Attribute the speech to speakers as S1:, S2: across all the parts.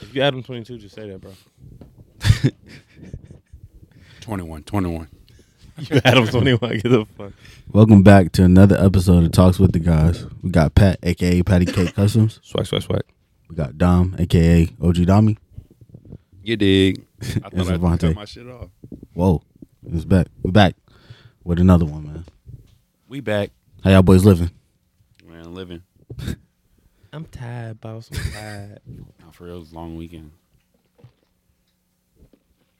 S1: If you Adam twenty two, just say that, bro.
S2: 21, 21.
S1: You Adam twenty one. Get the fuck.
S3: Welcome back to another episode of Talks with the Guys. We got Pat, aka Patty Cake Customs.
S1: Swag, swag, swag.
S3: We got Dom, aka OG Dommy.
S2: You dig? I
S3: That's
S2: thought I
S3: Devontae.
S2: cut my shit off.
S3: Whoa, it's back. We back with another one, man.
S2: We back.
S3: How y'all boys living?
S2: Man, living.
S1: I'm tired, boss. I'm tired.
S2: Now for real, it was a long weekend.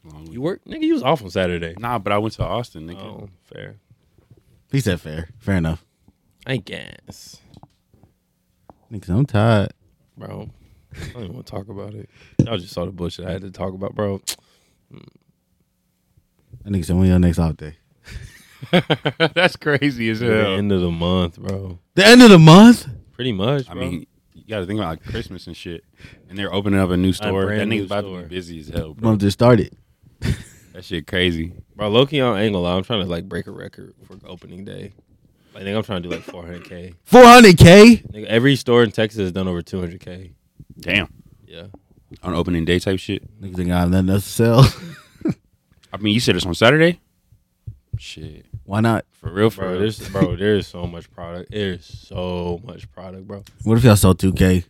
S2: Long
S1: you
S2: weekend.
S1: work, nigga. You was off on Saturday.
S2: Nah, but I went to Austin, nigga.
S1: Oh, fair.
S3: He said fair. Fair enough.
S1: I guess,
S3: Niggas, I'm tired.
S1: bro. I don't even want to talk about it. Y'all just saw the bullshit I had to talk about, bro.
S3: That nigga said, when your next off day?
S2: That's crazy as
S1: The end of the month, bro.
S3: The end of the month?
S1: Pretty much.
S2: I
S1: bro.
S2: mean, you got to think about like Christmas and shit. And they're opening up a new store. that
S1: brand new
S2: nigga's about to
S1: store.
S2: be busy as hell, bro.
S3: Month just started.
S2: That shit crazy.
S1: Bro, Loki on angle. I'm trying to like break a record for opening day. Like, nigga, I'm trying to do like 400k.
S3: 400K?
S1: Nigga, every store in Texas has done over 200k.
S2: Damn.
S1: Yeah,
S2: On opening day type shit.
S3: Niggas ain't got nothing else to sell.
S2: I mean, you said it's on Saturday? Shit.
S3: Why not?
S2: For real, for
S1: bro.
S2: real.
S1: There's bro. There is so much product. There is so much product, bro.
S3: What if y'all sold 2K?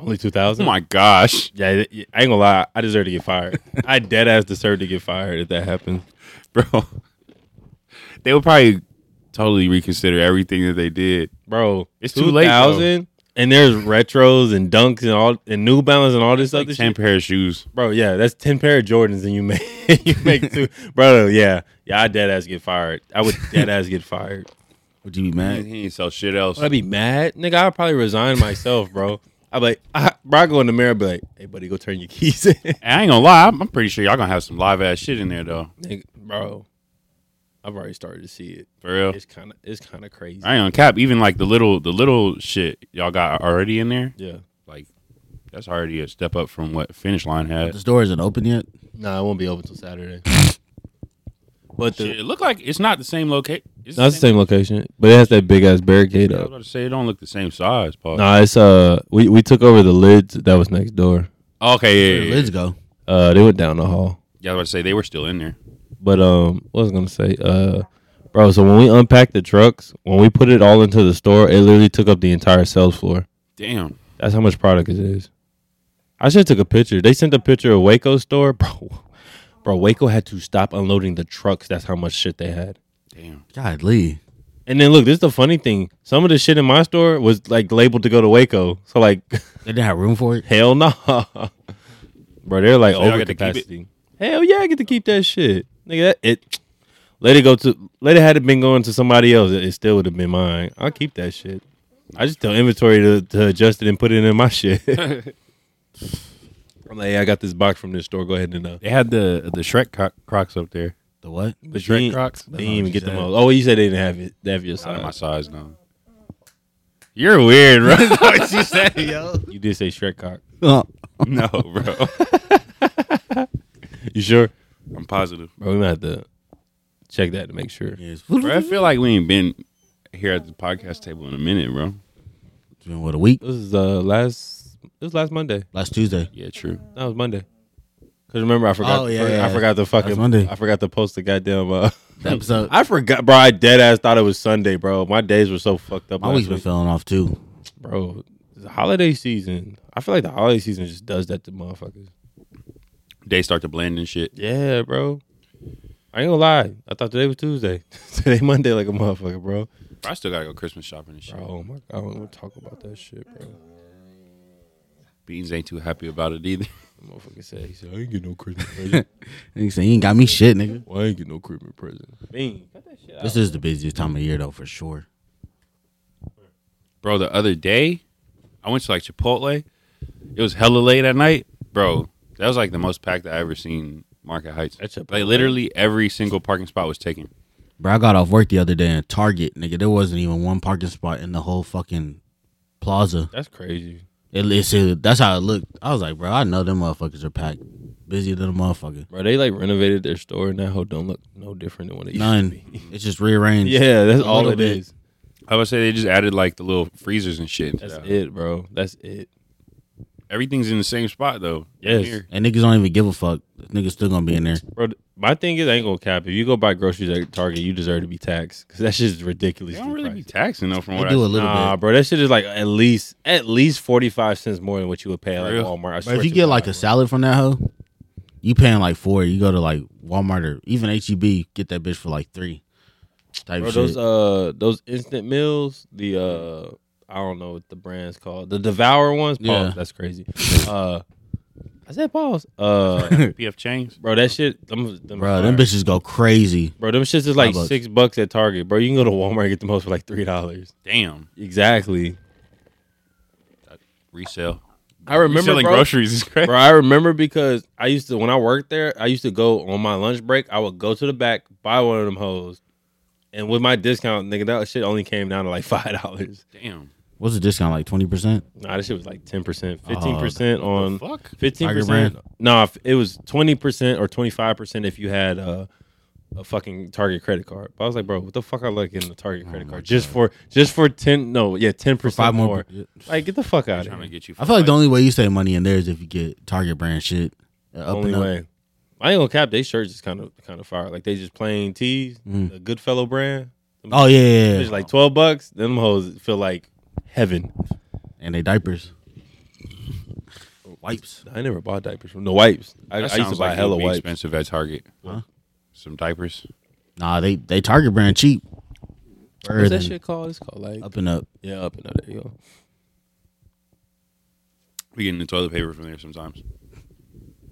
S1: Only
S2: Oh
S1: 2,000.
S2: my gosh.
S1: Yeah, th- yeah, I ain't gonna lie. I deserve to get fired. I dead ass deserve to get fired if that happened.
S2: Bro. They would probably totally reconsider everything that they did.
S1: Bro,
S2: It's too late, though.
S1: 2,000, and there's retros and dunks and all and New Balance and all this
S2: Like
S1: other
S2: 10
S1: shit.
S2: pair of shoes.
S1: Bro, yeah, that's ten pair of Jordans and you make you make two. Bro, yeah, yeah, I dead ass get fired. I would dead ass get fired.
S3: Would you be
S2: Man,
S3: mad?
S2: he ain't sell shit else.
S1: Would I be mad, nigga? I'd probably resign myself, bro. I'd be like, I, bro, I go in the mirror, and be like, hey, buddy, go turn your keys in,
S2: And I ain't gonna lie, I'm I'm pretty sure y'all gonna have some live ass shit in there though.
S1: nigga, bro. I've already started to see it.
S2: For real.
S1: It's kind of it's kind of crazy.
S2: I ain't on cap. Even like the little the little shit y'all got already in there,
S1: Yeah.
S2: like that's already a step up from what finish line
S3: The
S2: had.
S3: store isn't open yet.
S1: No, it won't be open till Saturday. but the,
S2: Shit, it look like it's not the same location. It's
S1: no, it's the same location, but it has that big ass barricade
S2: Yeah, I was
S1: up.
S2: about to say it don't look the same size, Paul.
S1: Nah, it's uh, we we took over the lids that was next door.
S2: Oh, Okay, yeah, yeah, yeah.
S3: Let's go.
S1: Uh, they went down the hall.
S2: yeah. I was about to say they were still in there.
S1: But um, what was I gonna say? Uh, bro, so when we unpacked the trucks, when we put it all into the store, it literally took up the entire sales floor.
S2: Damn,
S1: That's how much product it is. I should have took a picture. They sent a picture of Waco store, bro. Bro, Waco had to stop unloading the trucks. That's how much shit they had.
S2: damn.
S3: Godly.
S1: And then look, this is the funny thing. Some of the shit in my store was like labeled to go to Waco. So like,
S3: They didn't have room for it?
S1: hell no, bro. They're like
S2: So y'all
S1: over
S2: get to keep it?
S1: capacity. Hell yeah, I get to keep that shit, nigga. That it. Let it go to. Let it had it been going to somebody else, it, it still would have been mine. I'll keep that shit. I just tell inventory to, to adjust it and put it in my shit. I'm like, hey, I got this box from this store. Go ahead and uh.
S2: They had the the Shrek cro- Crocs up there.
S3: The what?
S1: The
S2: Shrek Crocs?
S1: They didn't even get
S3: That's what
S1: them.
S3: you
S1: all. Oh, you said they didn't have it. They have your
S2: Not in my
S1: size.
S2: size now. You're weird, bro.
S1: You did say Shrek cock.
S3: Uh,
S2: no, bro.
S1: You sure?
S2: I'm positive.
S1: Bro, we might have to check that to make sure.
S3: yes.
S2: Bro, I feel like we ain't been here at the podcast table in a minute, bro.
S3: It's been what a week?
S1: This is uh last. It was last Monday.
S3: Last Tuesday.
S2: Yeah, true.
S1: That was Monday. Cause remember I forgot.
S3: Oh,
S1: the-
S3: yeah, yeah,
S1: I
S3: yeah.
S1: forgot the fucking.
S3: That's Monday.
S1: I forgot to post the goddamn. Uh,
S3: The episode.
S1: I forgot, bro. I dead ass thought it was Sunday, bro. My days were so fucked up.
S3: My
S1: last
S3: week's been
S1: week.
S3: falling off too.
S1: bro. The holiday season. I feel like the holiday season just does that to motherfuckers.
S2: They start to blend and shit.
S1: Yeah, bro. I ain't gonna lie. I thought today was Tuesday. today Monday, like a motherfucker, bro.
S2: I still gotta go Christmas shopping and shit.
S1: Bro, oh my god, I don't want to talk about that shit, bro.
S2: Beans ain't too happy about it either.
S1: The motherfucker said he said I ain't get no Christmas present.
S3: And he said, "You ain't got me shit, nigga."
S1: well, I ain't get no Christmas present. Bean, cut that shit out.
S3: This is the busiest time of year though, for sure.
S2: Bro, the other day, I went to like Chipotle. It was hella late at night. Bro, that was like the most packed I ever seen Market Heights.
S1: That's Chipotle.
S2: Like literally every single parking spot was taken.
S3: Bro, I got off work the other day in Target, nigga. There wasn't even one parking spot in the whole fucking plaza.
S1: That's crazy.
S3: It, it's- it- that's how it looked. I was like, bro, I know them motherfuckers are packed, busy little motherfucker.
S1: Bro, they like renovated their store and that hoe don't look no different than what it used to
S3: None.
S1: be.
S3: It's just rearranged.
S1: Yeah, that's
S3: A
S1: all
S3: little
S1: it
S3: bit.
S1: is.
S2: I would say they just added like the little freezers and shit. into
S1: That's
S2: that.
S1: it, bro. That's it.
S2: Everything's in the same spot though.
S1: Yes.
S2: Here.
S3: And niggas don't even give a fuck. Niggas still gonna be in there.
S1: Bro, th- my thing is, I ain't gonna cap. If you go buy groceries at Target, you deserve to be taxed because that shit is
S2: They
S1: ridiculous.
S2: don't really be taxing though. From
S3: They
S2: what I
S3: do a little
S1: Nah,
S3: bit.
S1: bro, that shit is like at least at least forty five cents more than what you would pay at like
S2: Real?
S1: Walmart. I
S3: But
S1: swear
S3: if you
S1: to
S3: get
S1: God,
S3: like
S1: bro.
S3: a salad from that hoe, you paying like four. You go to like Walmart or even HEB, get that bitch for like three. Type
S1: bro,
S3: shit.
S1: those uh those instant meals, the uh I don't know what the brand's called, the Devour ones. Pause.
S3: Yeah.
S1: That's crazy. uh, I said pause. Uh,
S2: PF Chang's.
S1: bro, that shit, them, them
S3: bro, them
S1: fire.
S3: bitches go crazy.
S1: Bro, them shits is like
S3: Five bucks.
S1: six bucks at Target, bro. You can go to Walmart and get the most for like three dollars.
S2: Damn.
S1: Exactly.
S2: Resale.
S1: I remember,
S2: selling
S1: bro,
S2: groceries is crazy.
S1: bro. I remember because I used to when I worked there, I used to go on my lunch break. I would go to the back, buy one of them hoes, and with my discount, nigga, that shit only came down to like five dollars.
S2: Damn.
S3: What's the discount? Like twenty percent?
S1: Nah, this shit was like ten percent, fifteen percent
S2: The
S1: on
S2: fuck.
S1: fifteen
S3: Oh, Tiger Brand?
S1: percent. Nah, f- it was twenty percent or twenty five percent if you had a, a fucking Target credit card. But I was like, bro, what the fuck? I like getting a Target credit
S3: Oh my
S1: card just for just for ten? No, yeah, ten
S3: Five
S1: percent more.
S3: more. per-
S1: Like, get the fuck out of
S2: Trying to
S1: here.
S2: get you.
S3: I feel like the only way you save money in there is if you get Target brand shit. Uh, Up
S1: Only
S3: and up.
S1: way. I ain't gonna cap. They shirts is kind of kind of fire. Like they just plain tees, the Goodfellow brand.
S3: Oh yeah, yeah, Mm. yeah.
S1: It's like twelve bucks. Them hoes feel like heaven.
S3: and they diapers, wipes.
S1: I never bought diapers from the wipes.
S2: That
S1: I, I used to
S2: sounds
S1: buy
S2: like it
S1: hella
S2: would be
S1: wipes.
S2: Expensive at Target.
S3: Huh?
S2: Some diapers.
S3: Nah, they they Target brand cheap. Better
S1: What's that
S3: than
S1: shit called? It's called like
S3: Up and up.
S1: yeah, up and up. There you go.
S2: We getting the toilet paper from there sometimes.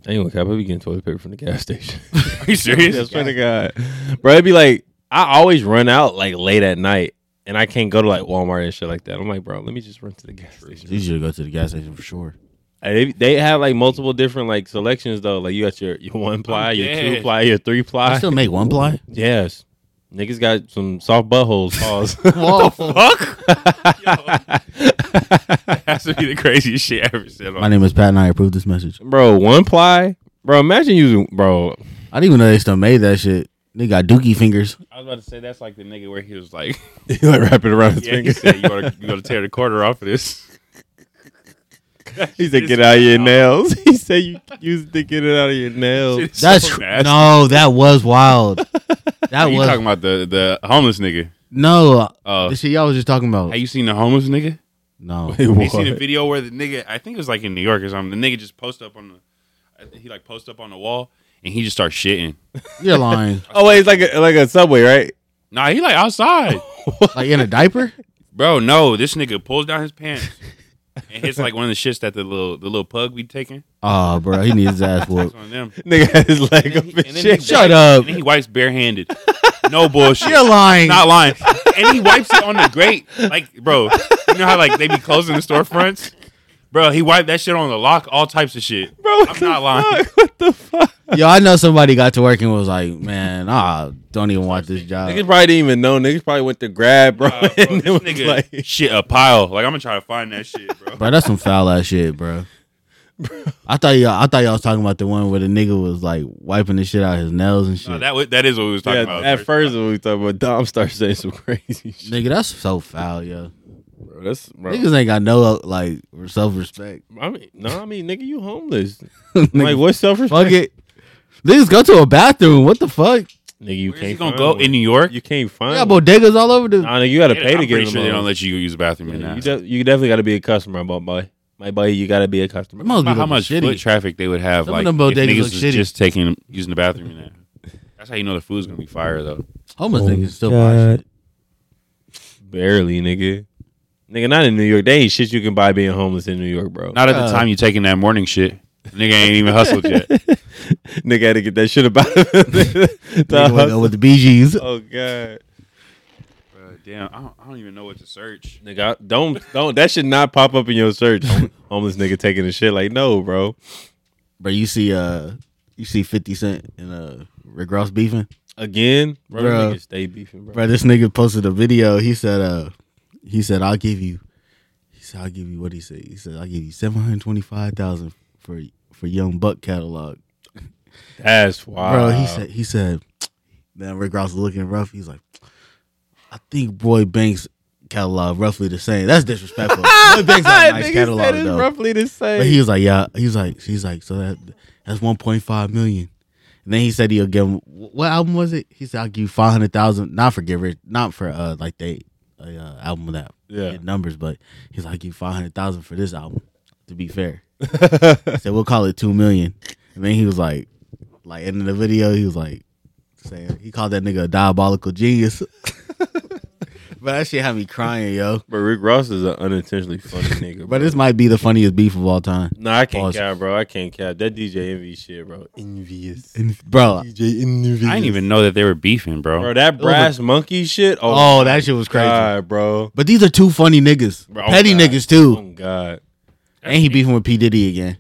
S1: I ain't gonna cap. I be getting toilet paper from the gas station.
S2: Are you
S1: I
S2: serious?
S1: swear to God, bro. It'd be like I always run out like late at night, and I can't go to like Walmart and shit like that. I'm like, bro, let me just run to the gas
S3: It's
S1: station.
S3: easier to go to the gas station for sure.
S1: And They, they have like multiple different like selections though. Like you got your, your one ply, your two
S2: dead.
S1: ply, your three
S3: I
S1: ply.
S3: still make one ply.
S1: yes, niggas got some soft buttholes. Pause.
S2: That has to be the craziest shit I ever said.
S3: My
S2: On.
S3: name is Pat, and I approve this message.
S1: bro, one ply. Bro, imagine using bro.
S3: I didn't even know they still made that shit. They got dookie fingers.
S2: I was about to say that's like the nigga where he was like,
S1: you like wrap it around his
S2: "Yeah,
S1: finger.
S2: he said you gotta, you gotta tear the quarter off of this."
S1: He said, "Get out of your nails." he said, "You used to get it out of your nails."
S2: It's
S3: That's
S2: so
S3: cr-
S2: nasty.
S3: no, that was wild. That
S2: You
S3: was
S2: talking about the the homeless nigga?
S3: no.
S2: Oh,
S3: The shit y'all was just talking about.
S2: have you seen the homeless nigga?
S3: No,
S2: Have You see the video where the nigga, I think it was like in New York or something. The nigga just posted up on the, I think he like posted up on the wall and he just starts shitting.
S3: you're lying.
S1: Oh wait, it's like a, like a subway, right?
S2: Nah, he like outside,
S3: Like in a diaper?
S2: bro. No, this nigga pulls down his pants and hits like one of the shits that the little the little pug be taking.
S3: Oh, bro, he needs his ass
S2: That's
S3: whooped.
S2: on them.
S1: Nigga had his leg up
S2: he- and
S1: and
S2: then
S1: shit.
S2: he-
S3: Shut up.
S2: And then he wipes barehanded. No bullshit.
S3: You're lying.
S2: Not lying. And he wipes it on the grate. Like, bro, you know how like they be closing the storefronts. Bro, he wiped that shit on the lock, all types of shit.
S1: Bro, what
S2: I'm
S1: the
S2: not lying.
S1: fuck? What the fuck?
S3: Yo, I know somebody got to work and was like, "Man, ah, don't even want this job."
S1: Niggas probably didn't even know. Niggas probably went to grab, bro.
S2: Nah, bro,
S1: and it
S2: this
S1: was
S2: nigga
S1: like,
S2: shit a pile. Like I'm gonna try to find that shit, bro.
S3: Bro, that's some foul ass shit, bro. I thought y'all, I thought y'all was talking about the one where the nigga was like wiping the shit out his nails and shit.
S2: No, that wa- that is what we was talking
S1: yeah,
S2: about.
S1: at first when we talking about Dom started saying some crazy shit.
S3: nigga, that's so foul, yo.
S1: Bro, that's bro.
S3: Niggas ain't got no like self respect.
S1: I mean, no, I mean, nigga, you homeless. like, what's self respect?
S3: Fuck it. Niggas go to a bathroom. What the fuck?
S1: Nigga, you
S2: Where's
S1: can't
S2: he gonna
S1: find
S2: go
S1: one.
S2: in New York?
S1: You can't
S3: We
S1: find.
S3: got
S1: one.
S3: bodegas all over the.
S1: Nah, nigga, you gotta
S2: I'm
S1: pay to get
S2: pretty
S1: them.
S2: sure they
S1: all.
S2: don't let you use the bathroom in
S1: Yeah,
S2: that.
S1: you, de- you definitely gotta be a customer, my boy. My boy, you gotta be a customer.
S3: Them hoes be
S2: About how
S3: looking
S2: much
S3: shitty.
S2: foot traffic they would have,
S3: Some of
S2: like
S3: them
S2: if
S3: bodegas
S2: niggas
S3: look
S2: was
S3: shitty.
S2: just taking using the bathroom in that. That's how you know the food's gonna be fire though.
S3: Homeless
S1: Oh,
S3: niggas still buy shit.
S1: Barely, nigga. Nigga, not in New York. They ain't shit you can buy being homeless in New York, bro.
S2: Not at the
S3: Uh.
S2: time you taking that morning shit. Nigga ain't even hustled yet.
S1: nigga had to get that shit about him.
S3: Nigga wake up with the BGs.
S1: oh god.
S2: Bro, damn, I don't, I don't even know what to search.
S1: Nigga, I- don't don't that should not pop up in your search. Hom- Homeless nigga taking a shit like no, bro.
S3: Bro, you see, uh, you see Fifty Cent and uh Rick Ross beefing.
S1: Again, bro, them
S3: Bro.
S1: niggas stay beefing, bro.
S3: Bro, this nigga posted a video. He said, uh, he said, I'll give you, he said, I'll give you what he said. He said, I'll give you seven hundred twenty five thousand for for Young Buck catalog.
S1: That's wild.
S3: Bro, he said, he said, man, Rick Ross looking rough. He's like, I think Boy Banks catalog roughly the same. That's disrespectful. One thing's not nice catalog though.
S1: roughly the same.
S3: But he was like, yeah, he was like, he's like, so that that's one point five million. And then he said he'll give him what album was it? He said I'll give you five hundred thousand, not for Get Rich, not for uh like they uh, uh, album with that
S1: Yeah.
S3: hit numbers, but he's like, I'll give you five hundred thousand for this album. To be fair, he said we'll call it two million. And then he was like, like in the video, he was like saying he called that nigga a diabolical genius. but that shit had me crying, yo.
S1: but Rick Ross is an unintentionally funny nigga.
S3: But this might be the funniest beef of all time.
S1: no, I can't
S3: Pause.
S1: count, bro. I can't count that DJ envy shit, bro. Envious,
S3: Bro,
S1: DJ envious.
S2: I didn't even know that they were beefing, bro.
S1: Bro, that brass monkey shit.
S3: Oh, that shit was crazy.
S1: God, bro.
S3: But these are two funny niggas,
S1: Bro, oh
S3: petty
S1: God.
S3: niggas too,
S1: Oh God,
S3: and he beefing with P Diddy again.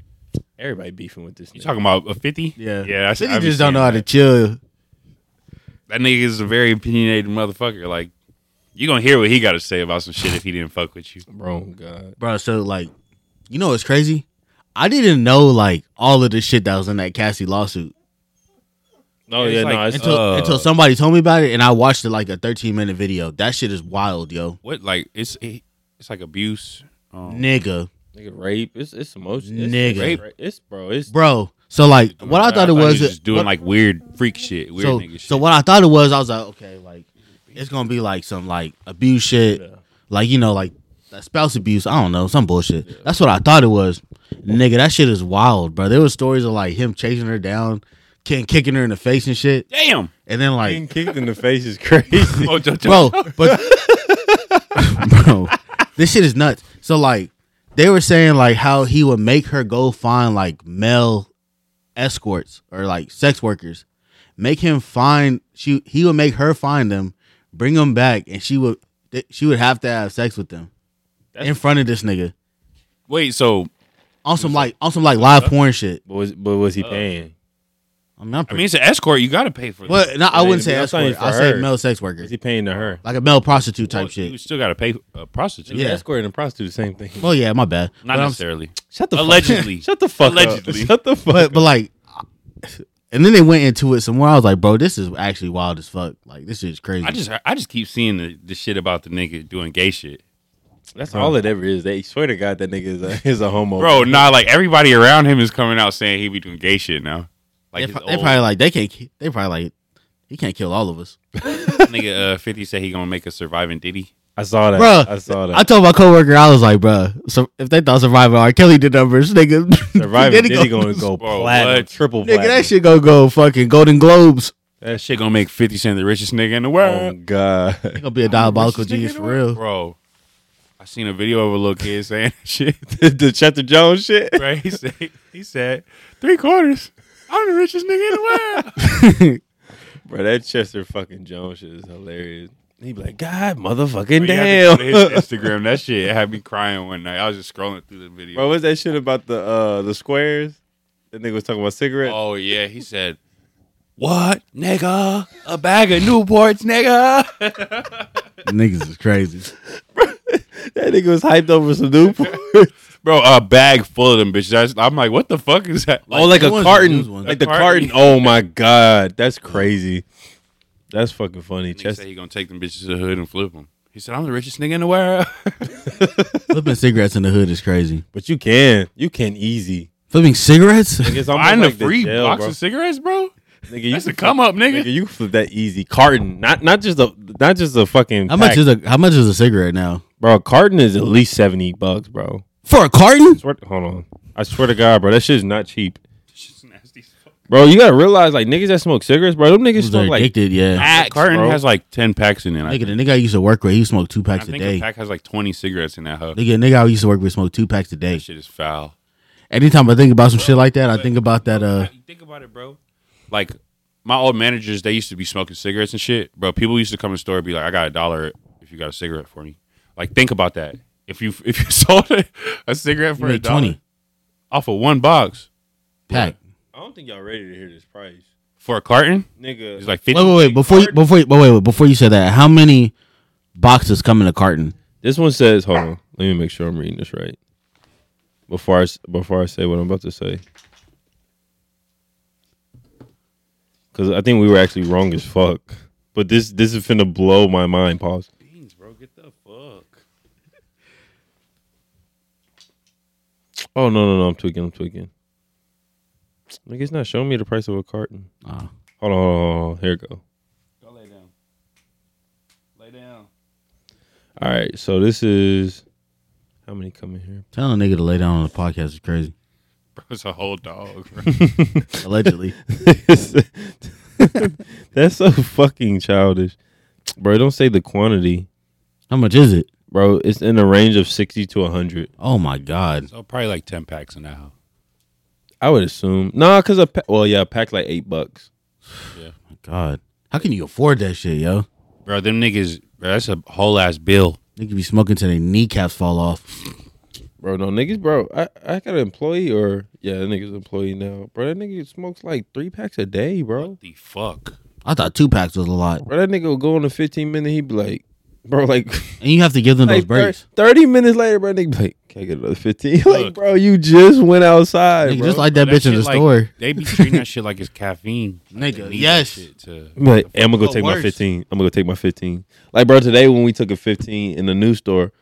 S1: everybody beefing with this.
S2: You
S1: Nigga.
S2: talking about a fifty? yeah. I,
S3: Diddy
S2: I be
S3: just don't
S2: seeing
S3: know how to
S2: that.
S3: chill.
S2: That nigga is a very opinionated motherfucker. Like, you gonna hear what he got to say about some shit if he didn't fuck with you.
S1: bro, oh, God.
S3: bro. So like, you know what's crazy? I didn't know like all of the shit that was in that Cassie lawsuit
S1: Oh
S2: It's
S1: yeah, no,
S2: like-
S1: it's
S2: until-
S1: uh,
S3: until somebody told me about it, and I watched it like a 13 minute video. That shit is wild, yo,
S2: What? Like, it's it, it's like abuse. Um,
S3: nigga,
S1: nigga rape. It's it's emotion.
S3: Nigga.
S1: it's, rape. It's bro. It's
S3: bro. So like, what I thought it
S2: he
S3: was
S2: just doing
S3: what-
S2: like weird freak shit, weird
S3: so,
S2: nigga shit.
S3: so what I thought it was, I was like, okay, like it's gonna be like some like abuse shit, like you know, like that spouse abuse. I don't know, some bullshit. That's what I thought it was, nigga. That shit is wild, bro. There was stories of like him chasing her down, kick- kicking her in the face and shit,
S2: Damn.
S3: and then like,
S1: being kicked in the face is crazy.
S2: Oh, don't- don't-
S3: bro, but bro, this shit is nuts. So like, they were saying like how he would make her go find like male escorts or like sex workers, make him find she he would make her find them, bring them back, and she would th- she would have to have sex with them in front of this nigga
S2: Wait. So
S3: on some like on some like live porn shit.
S1: but was but was he paying?
S3: I mean, I'm
S2: I
S3: pretty.
S2: mean, it's an escort. You got to pay for. this.
S3: well, no, I wouldn't say
S1: I'm saying
S3: escort. I
S1: for
S3: say
S1: her.
S3: male sex worker,
S1: Was he paying to her?
S3: like a male prostitute
S2: Well,
S3: type
S2: You
S3: shit.
S2: still got to pay a prostitute.
S3: Yeah.
S1: Escort and prostitute, same thing.
S3: Well, yeah, my bad.
S2: Not
S3: But I'm-
S2: necessarily.
S1: Shut the fuck-
S2: Allegedly.
S1: Shut the fuck.
S2: Allegedly.
S1: Up. Shut the fuck.
S3: but but like and then they went into it some more. I was like, bro, this is actually wild as fuck. Like this is crazy.
S2: I just I just keep seeing the, the shit about the nigga doing gay shit.
S1: That's all it ever is. They swear to God that nigga is a, is a homo.
S2: Bro, nah, like everybody around him is coming out saying he be doing gay shit now.
S3: they,
S2: Like his
S3: pro- they
S2: old
S3: probably like they can't ki- they probably like he can't kill all of us.
S2: nigga uh, 50 said he gonna make a surviving Diddy.
S1: I saw that.
S3: Bruh,
S1: I saw
S3: I
S1: that.
S3: told my coworker, I was like, bro, so if they thought Survivor R. Kelly did numbers, nigga.
S1: Surviving
S3: Diddy
S1: Diddy going to go
S2: Bro,
S1: platinum,
S2: what?
S1: triple
S3: Nigga,
S1: platinum.
S3: that shit gonna go fucking Golden Globes.
S2: That shit gonna make 50 Cent the richest nigga in the
S1: Oh
S2: world.
S3: They
S1: God.
S3: gonna be a diabolical genius for real.
S2: Bro, I seen a video of a little kid saying that shit.
S1: the Chester Jones shit.
S2: Right? He said, he said three quarters. I'm the richest nigga in the world.
S1: Bro, that Chester fucking Jones shit is hilarious. He be like, God, motherfucking
S2: You have to go to
S1: damn.
S2: his Instagram, that shit had me crying one night. I was just scrolling through the video.
S1: Bro, what's that shit about the uh the squares? That nigga was talking about cigarettes.
S2: Oh yeah, he said, "What, nigga? A bag of Newports, nigga?"
S3: Niggas is crazy.
S1: That nigga was hyped over some Newport.
S2: Bro, a bag full of them bitches. I was- I'm like, what the fuck is that?
S1: oh, like
S3: the
S1: a
S3: ones- those
S1: carton.
S3: ones.
S1: Like the
S2: Carton.
S1: carton. Oh my God. That's crazy. That's fucking funny.
S2: he said
S1: Chester.
S2: he gonna take them bitches to the hood and flip them. He said, "I'm the richest nigga in the world."
S3: Flipping cigarettes in the hood is crazy.
S1: But you can. You can easy.
S3: Flipping cigarettes?
S1: Like, it's almost
S2: Buying
S1: like
S2: a
S1: the
S2: free
S1: jail,
S2: box
S1: bro.
S2: of cigarettes, bro.
S1: Nigga, you
S2: That's
S1: can
S2: a come up,
S1: flip-
S2: nigga.
S1: Nigga, you can flip that easy. Carton. Not not just a not just a fucking
S3: How much
S1: pack.
S3: is a how much is a cigarette now?
S1: bro, a carton is at least seventy bucks, bro.
S3: For a carton?
S1: Swear, hold on. I swear to God, bro, that shit is not cheap,
S2: Shit's nasty. as fuck.
S1: bro. You gotta realize, like niggas that smoke cigarettes, bro, them niggas
S3: They're
S1: smoke like
S3: addicted, yeah.
S1: packs,
S2: Carton
S1: bro.
S2: has like ten packs in it. I,
S3: Nigga,
S2: think.
S3: the nigga I used to work with, he smoked two
S2: I
S3: packs a
S2: think
S3: day.
S2: a pack has like twenty cigarettes in that hub.
S3: Nigga, nigga, I used to work with smoked two packs a
S2: That
S3: day.
S2: shit is foul.
S3: Anytime I think about some shit like that, I think about that. Uh,
S2: You think about it, bro. Like my old managers, they used to be smoking cigarettes and shit, bro. People used to come in the store and be like, "I got a dollar if you got a cigarette for me." Like, think about that. If you if you sold a, a cigarette
S3: you
S2: for a
S3: make
S2: dollar
S3: twenty
S2: off of one box
S3: pack.
S1: I don't think y'all ready to hear this price,
S2: for a carton,
S1: nigga.
S2: it's like fifty.
S3: Wait, wait, wait. Before you, before you, wait, wait, wait, before you said that, how many boxes come in a carton?
S1: This one says, hold on, let me make sure I'm reading this right before I s- before I say what I'm about to say, because I think we were actually wrong as fuck. But this this is finna blow my mind. Pause.
S2: Beans, bro. Get the fuck. Look.
S1: Oh no, no, no! I'm tweaking. I'm tweaking. Nigga, it's not showing me the price of a carton.
S3: Oh.
S1: Hold on, hold on, hold on. here it go.
S2: Go lay down. Lay down.
S1: All right, so this is how many come in here?
S3: Telling a nigga to lay down on the podcast is crazy.
S2: Bro, it's a whole dog. Bro.
S3: Allegedly.
S1: That's so fucking childish, bro. Don't say the quantity,
S3: How much is it?
S1: bro. It's in the range of sixty to hundred.
S3: Oh my god.
S2: so probably like ten packs in that house.
S1: I would assume nah, cause a pa- well, yeah, a pack like eight bucks.
S3: My god. How can you afford that shit, yo?
S2: Bro, them niggas. Bro, that's a whole ass bill.
S3: They could be smoking till their kneecaps fall off.
S1: Bro, no niggas, bro. I, I got an employee or yeah, that nigga's an employee now. Bro, that nigga smokes like three packs a day, bro.
S2: What the fuck?
S3: I thought two packs was a lot.
S1: Bro, that nigga will go on a fifteen minute, he'd be like, bro, like,
S3: And you have to give them
S1: like
S3: those breaks.
S1: thir- thirty minutes later, bro, nigga be like, can I get another fifteen? Like,
S2: Look.
S1: bro, you just went outside.
S3: Nigga,
S1: bro.
S3: just like that,
S2: Bro,
S3: bitch in the
S2: shit like-
S3: store.
S2: They be treating that shit like it's caffeine. Like,
S3: Nigga,
S2: they need that
S3: yes.
S2: shit to-
S1: I'm like, hey, I'm gonna go
S3: Oh,
S1: take my
S3: worse.
S1: 15. I'm gonna go take my 15. Like, bro, today when we took a 15 in the new store,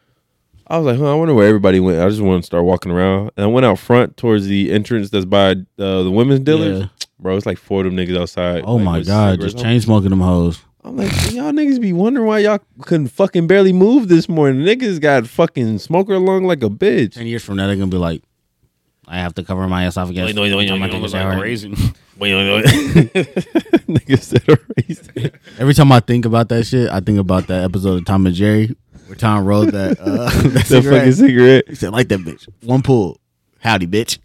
S1: I was like, huh, I wonder where everybody went. I just want to start walking around. And I went out front towards the entrance that's by uh, the women's dealers.
S3: Yeah.
S1: Bro, it's like four of them niggas outside.
S3: Oh
S1: like,
S3: my
S1: with
S3: god,
S1: cigarettes.
S3: just chain smoking them hoes.
S1: I'm like, y'all niggas be wondering why y'all couldn't fucking barely move this morning. Niggas got fucking smoker along like a bitch.
S3: Ten years from now, they're gonna be like, I have to cover my esophagus.
S2: Like,
S3: every
S2: you
S3: time I
S2: don't
S3: take a
S2: look like a
S3: shower.
S2: raisin.
S1: niggas that are racist.
S3: Every time I think about that shit, I think about that episode of Tom and Jerry where Tom rolled that uh,
S1: That fucking
S3: that cigarette.
S1: cigarette.
S3: He said, "Like that bitch, one pull, howdy, bitch."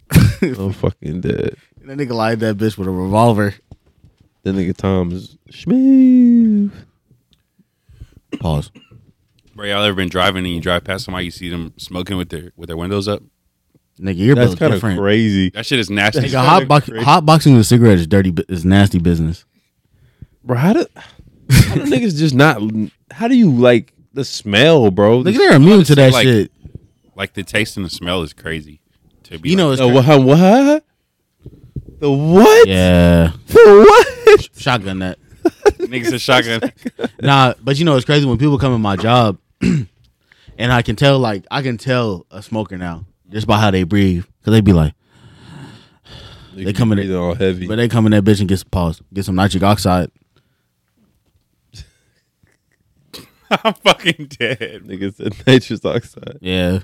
S1: I'm fucking dead.
S3: And that nigga lied that bitch with a revolver.
S1: That nigga Tom is smooth.
S3: Pause.
S2: Bro, y'all ever been driving and you drive past somebody, you see them smoking with their with their windows up?
S3: Nigga, you're
S1: That's
S3: built
S1: kind of
S3: different.
S1: crazy,
S2: That shit is nasty.
S3: Nigga, hot, box,
S1: crazy.
S3: hot boxing with a cigarette is dirty. bu- Is nasty business.
S1: bro. How do how do niggas just not? How do you like the smell, bro?
S3: Nigga, they're immune to that
S2: like-
S3: shit.
S2: like the taste and the smell is crazy. To be
S3: You know,
S2: like,
S3: it's
S1: the,
S3: cra-
S1: what, what? The what?
S3: yeah,
S1: The what?
S3: shotgun that.
S2: niggas a shotgun.
S3: nah, but you know it's crazy when people come in my job, and I can tell like I can tell a smoker now just by how they breathe because they be like, They coming in-
S1: Breathing all heavy.
S3: but they come in that bitch and get some pause, get some nitric oxide.
S2: I'm fucking dead.
S1: Niggas said nitrous oxide.
S3: Yeah,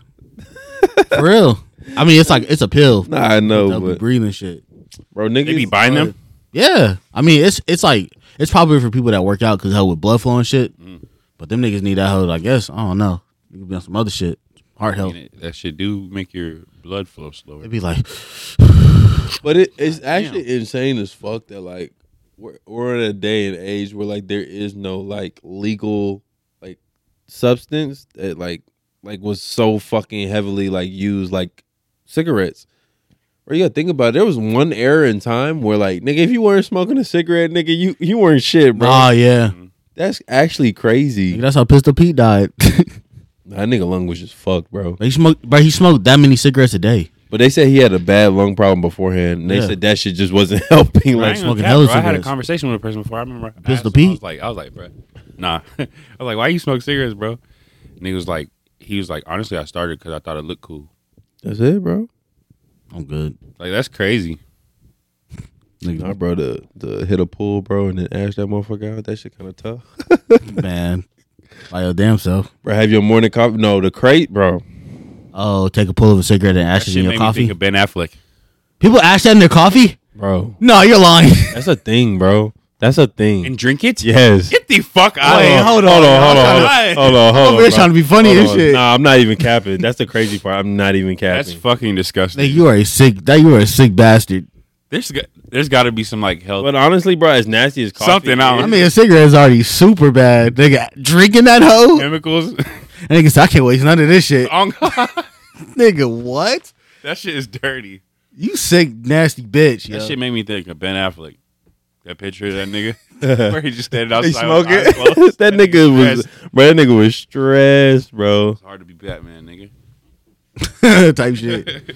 S3: for real. I mean, it's like it's a pill.
S1: Nah, I know,
S3: They'll be
S1: but
S3: breathing shit.
S1: bro, niggas
S2: They be buying them.
S3: Yeah, I mean it's it's like it's probably for people that work out because hell with blood flow and shit.
S1: Mm.
S3: But them niggas need that hoe. I guess I don't know. You could be on some other shit, heart
S2: I
S3: health.
S2: mean, that shit do make your blood flow slower.
S3: They'd be like,
S1: But it, it's actually insane as fuck that like we're, we're in a day and age where like there is no like legal like substance that like like was so fucking heavily like used like cigarettes. Or you gotta think about it. There was one era in time where like nigga, if you weren't smoking a cigarette, nigga, you you weren't shit, bro. Mm-hmm.
S3: oh yeah,
S1: That's actually
S3: Nigga,
S1: crazy.
S3: that's how Pistol Pete died.
S1: That nigga lung was just fucked, bro.
S3: He smoked, but he smoked that many cigarettes a day.
S1: But they said he had a bad lung problem beforehand. And they
S3: Yeah.
S1: said that shit just wasn't
S2: Bro, I
S1: helping.
S2: ain't
S1: Like,
S2: gonna
S3: smoking
S2: cap,
S3: hella
S2: bro. I had a
S3: cigarettes.
S2: conversation with a person before. I remember. I
S3: Pistol
S2: asked him, I
S3: Pete?
S2: was like, I was like, bro, nah. I was like, why you smoke cigarettes, bro? And he was like, he was like, honestly, I started because I thought it looked cool.
S1: that's it, bro.
S3: I'm good.
S2: Like that's crazy.
S1: Nah,
S3: Nigga,
S1: bro, the the hit a pool, bro, and then ash that motherfucker out. That shit kind of tough.
S3: man. By your damn self.
S1: Bro, have your morning coffee. No, the crate, bro.
S3: Oh, take a pull of a cigarette and
S2: That
S3: ashes
S2: shit
S3: in
S2: made
S3: your
S2: me think
S3: coffee.
S2: of Ben Affleck.
S3: People ash that in their coffee?
S1: Bro,
S3: No, you're lying.
S1: that's a thing, bro. That's a thing.
S2: And drink it.
S1: yes.
S2: Get the fuck out.
S1: Wait,
S2: of
S1: hold on, hold on, hold on,
S2: Why?
S1: hold on, hold on.
S3: over here
S1: bro.
S3: trying to be funny
S1: Hold
S3: and
S1: on.
S3: shit.
S1: Nah, I'm not even capping. That's the crazy part. I'm not even
S2: That's
S1: capping.
S2: fucking disgusting.
S3: Nigga, you are a sick. That you are a sick bastard.
S2: There's got there's got to be some like health.
S1: but honestly, bro, as nasty as coffee,
S2: Something, I
S1: is,
S2: don't-
S3: I mean, a cigarette is already super bad. Nigga, drinking that hoe.
S2: chemicals.
S3: Nigga, said, I can't waste none of this shit.
S2: On God.
S3: Nigga, what?
S2: that shit is dirty.
S3: You sick, nasty bitch.
S2: That
S3: yo.
S2: shit made me think of Ben Affleck. That picture of that nigga where he just standing
S1: they
S2: outside.
S1: smoke
S2: with eyes
S1: it.
S2: closed.
S1: that nigga was, bro. That nigga was stressed, bro.
S2: It's hard to be Batman, nigga.
S3: type shit.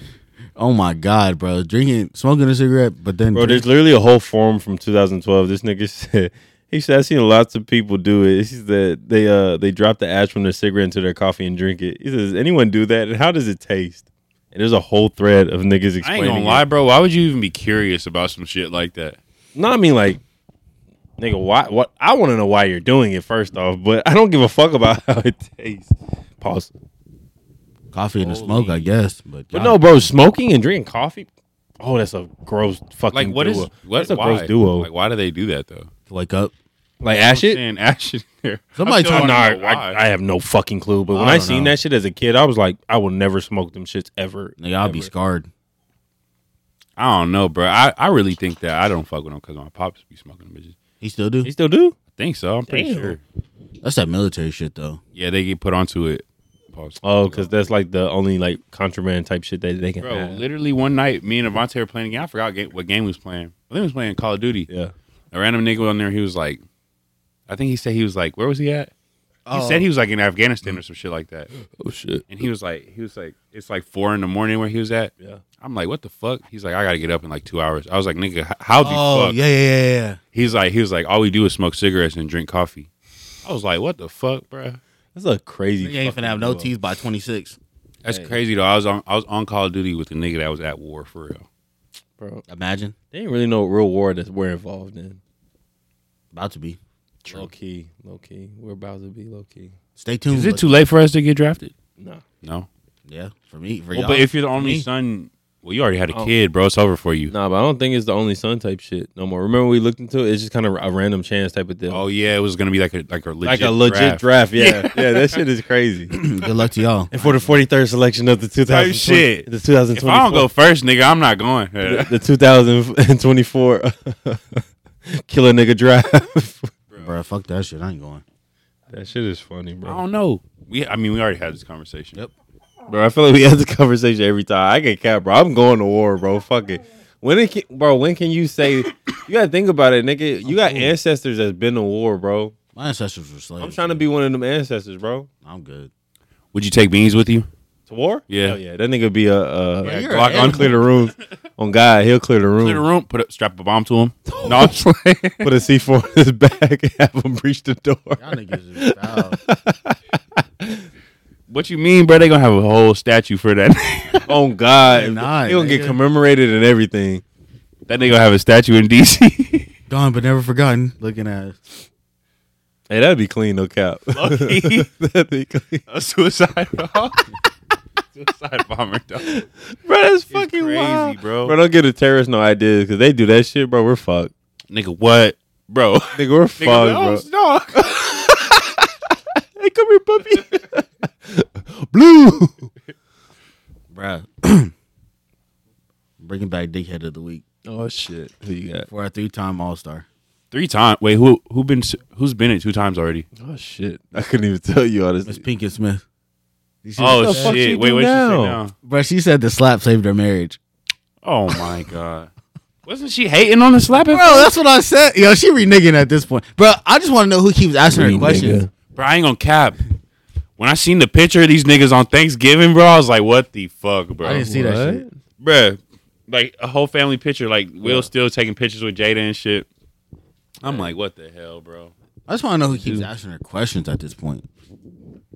S3: Oh my god, bro! Drinking, smoking a cigarette, but then
S1: Bro, there's literally a whole form from 2012. This nigga said, He said, I've seen lots of people do it. He said that they uh they drop the ash from their cigarette into their coffee and drink it. He says, Does anyone do that? And how does it taste? And there's a whole thread of niggas explaining.
S2: I ain't gonna
S1: it.
S2: lie, bro. Why would you even be curious about some shit like that?
S1: No, I mean like, nigga, why? What? I want to know why you're doing it first off, but I don't give a fuck about how it tastes. Pause.
S3: Coffee and the smoke, I guess. But,
S1: But no, bro, smoking and drinking coffee. Oh, that's a gross fucking.
S2: Like, what is
S1: duo.
S2: what?
S1: That's a
S2: why?
S1: gross duo.
S2: Like,
S1: Like,
S2: why do they do that though?
S3: wake up.
S1: ash it.
S2: And ash in there.
S3: Somebody
S2: I still
S3: told
S1: No,
S2: wanna
S1: I,
S2: know why.
S1: I, I have no fucking clue. But when
S3: I
S1: I,
S3: don't
S1: seen
S3: know.
S1: that shit as a kid, I was like, I will never smoke them shits ever.
S3: Nigga, I'll be
S1: ever.
S3: scarred.
S2: I don't know, bro. I, I really think that I don't fuck with them because my pops be smoking them bitches.
S3: He still do.
S1: You still do?
S2: I think so. I'm pretty
S1: Damn.
S2: sure.
S3: That's that military shit though.
S2: Yeah, they get put onto it. Pause.
S1: Oh, because that's like the only like contraband type shit that they can
S2: Bro,
S1: have.
S2: literally one night, me and Avante were playing a game. I forgot game, what game we was playing. I think we was playing Call of Duty.
S1: yeah.
S2: A random nigga on there, he was like, I think he said he was like, where was he at? He said he was like in Afghanistan or some shit like that.
S1: Oh shit.
S2: And he was like, he was like, it's like four in the morning where he was at.
S1: Yeah.
S2: I'm like, what the fuck? He's like, I gotta get up in like two hours. I was like, nigga, h- how the
S3: Oh
S2: fuck?
S3: yeah, yeah, yeah, yeah.
S2: He's like, he was like, all we do is smoke cigarettes and drink coffee. I was like, what the fuck, bruh?
S1: That's a crazy.
S3: You ain't finna
S1: fucking
S3: have no
S1: duo.
S3: teeth by twenty six.
S2: That's
S1: Hey.
S2: crazy though. I was on I was on Call of Duty with the nigga that was at war for real.
S1: bro.
S3: Imagine
S1: They ain't really know real war that we're involved in.
S3: about to be.
S1: Low key, low key. We're about to be low key.
S3: Stay tuned.
S2: Is it
S3: but-
S2: too late for us to get drafted?
S1: Nah.
S2: No.
S3: Yeah, for me, for
S2: Well,
S3: y'all.
S2: but if you're the only
S3: Me?
S2: son, well, you already had a
S1: Oh.
S2: kid, bro. It's over for you.
S1: Nah, but I don't think it's the only son type shit no more. Remember we looked into it? It's just kind of a random chance type of deal.
S2: Oh yeah, it was gonna be like a like a legit
S1: like a legit draft. Yeah. yeah. That shit is crazy.
S3: good luck to y'all.
S1: and for the 43rd selection of the 2020
S2: shit.
S1: the
S2: If I don't
S1: 2024
S2: go first, nigga, I'm not going.
S1: the, the 2024 killer nigga draft.
S3: Bro, fuck that shit. I ain't going.
S1: that shit is funny,
S2: I
S1: bro.
S2: don't know. We, I mean, we already had this conversation.
S3: Yep.
S1: Bro, I feel like we have the conversation every time. I get cap, bro. I'm going to war, bro. Fuck it. When it can, bro, when can you say you gotta think about it, nigga? You got ancestors that's been to war, bro.
S3: My ancestors were slaves.
S1: I'm trying to be one of them ancestors, bro.
S3: I'm good.
S2: Would you take beans with you?
S1: To war?
S2: Yeah.
S1: Hell yeah. That nigga be a uh
S3: Bro,
S1: yeah,
S3: you're
S1: Glock
S3: an
S1: on clear the room. On God, he'll clear the room.
S2: Clear the room. Put a, strap a bomb to him. No, I'm just playing.
S1: Put a C4 in his back and have him breach the door.
S3: Y'all niggas is foul.
S2: What you mean, bro? They gonna have a whole statue for that. that
S1: on Oh, God.
S3: They're not,
S1: he gonna get
S3: nigga.
S1: commemorated and everything.
S2: nigga gonna have a statue in DC.
S3: Gone but never forgotten. Looking at
S1: Hey, that'd be clean, no cap.
S2: Low-key.
S1: that'd be clean.
S2: a suicide bomb. suicide bomber. Dog.
S1: Bro, that's
S2: It's
S1: fucking
S2: crazy,
S1: wild.
S2: bro.
S1: Bro, don't give the terrorists no ideas because they do that shit, bro. We're fucked.
S2: Nigga, what, bro?
S1: Nigga, we're
S2: Nigga,
S1: fucked,
S2: no,
S1: bro.
S2: dog.
S1: Hey, come here, puppy. Blue.
S3: bro. Bringing back dickhead of the week
S1: Oh shit. Who you got?
S3: for our three time All Star.
S2: Three times. Wait, who who been s- who's been it two times already?
S1: Oh shit. I couldn't even tell you all
S3: Miss
S1: this.
S3: Pinkett Smith.
S2: oh
S1: the fuck she
S2: shit! Wait,
S1: do
S2: wait,
S1: now?
S2: now? now?
S3: Bro, she said the slap saved her marriage.
S2: Oh my god! Wasn't she hating on the slapping?
S3: Bro, that's what I said. Yo, she reneging at this point. Bro, I just want to know who keeps asking her questions.
S2: Bro, I ain't gonna cap. When I seen the picture of these niggas on Thanksgiving, bro, I was like, what the fuck, bro?
S3: I didn't see that shit.
S2: Bruh, like a whole family picture. Like Will still taking pictures with Jada and shit. I'm like, what the hell, bro?
S3: I just want to know who keeps asking her questions at this point.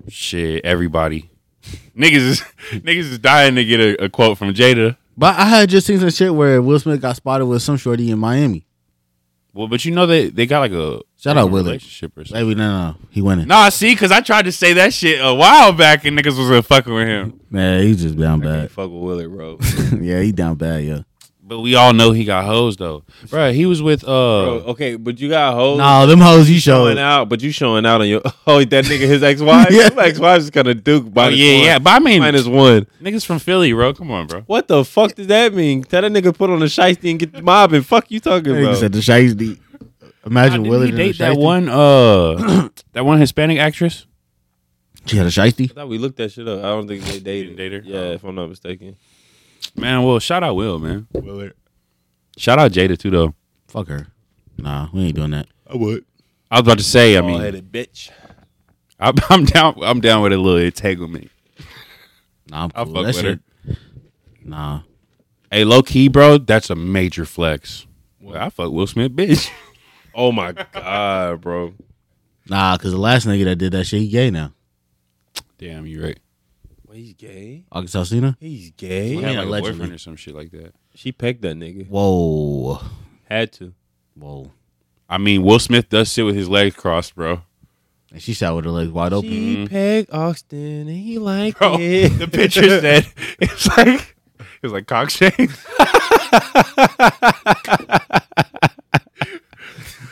S2: Shit, everybody. Niggas is niggas is dying to get a, a quote from Jada.
S3: But I had just seen some shit where Will Smith got spotted with some shorty in Miami.
S2: Well, but you know they they got like a
S3: Shout out
S2: a
S3: Willie.
S2: relationship or something.
S3: Baby, no, no, he winning.
S2: Nah, see, cause I tried to say that shit a while back and niggas was uh, fucking with him.
S3: Man, he's just down bad.
S1: fuck with Willard, bro.
S3: yeah, he down bad, yeah.
S2: But we all know he got hoes though. Bruh, he was with uh
S1: bro. Okay, but you got
S2: Oh.
S1: hoes
S3: Nah, them hoes you
S1: showing
S3: showing.
S1: out, but you showing out on your oh that nigga his ex wife.
S3: Yeah.
S1: ex wife is kind of Duke.
S2: Oh,
S1: minus
S2: yeah,
S1: one.
S2: yeah. But I mean
S1: Minus one.
S2: niggas from Philly, bro. Come on, bro.
S1: What the fuck does that mean? Tell that nigga put on a shiesty and get the mob and fuck you talking
S3: Nigga
S1: about.
S3: said the shiesty. Imagine
S2: Didn't
S3: Willie
S2: he date that one uh that one Hispanic actress?
S3: She had a shiesty.
S1: I thought we looked that shit up. I don't think they dated.
S2: date her?
S1: Yeah,
S2: Oh.
S1: if I'm not mistaken.
S2: Man, well, shout out Will, man. Shout out Jada too, though.
S3: Fuck her. Nah, we ain't doing that.
S2: I would. I was about to say. I mean,
S1: bitch.
S2: I, I'm down. I'm down with a little entanglement.
S3: Nah, I'm cool.
S2: I'll fuck
S3: that
S2: with
S3: shit. Nah.
S2: Hey, low key, bro, that's a major flex. Well, I fuck Will Smith, bitch. Uh,
S1: Oh my god, bro.
S3: Nah, because the last nigga that did that shit, he gay now.
S2: Damn, you right.
S1: he's gay.
S3: August Alsina.
S1: He's gay.
S2: He
S3: mean
S2: had like a
S3: allegedly?
S2: boyfriend or some shit like that.
S1: She pegged that nigga.
S3: Whoa,
S1: Had to.
S3: whoa.
S2: I mean, Will Smith does sit with his legs crossed, bro.
S3: And she shot with her legs wide open.
S1: She pegged Austin and he liked
S2: Mm-hmm. Bro,
S1: it.
S2: the picture said it's like it's like cock shame.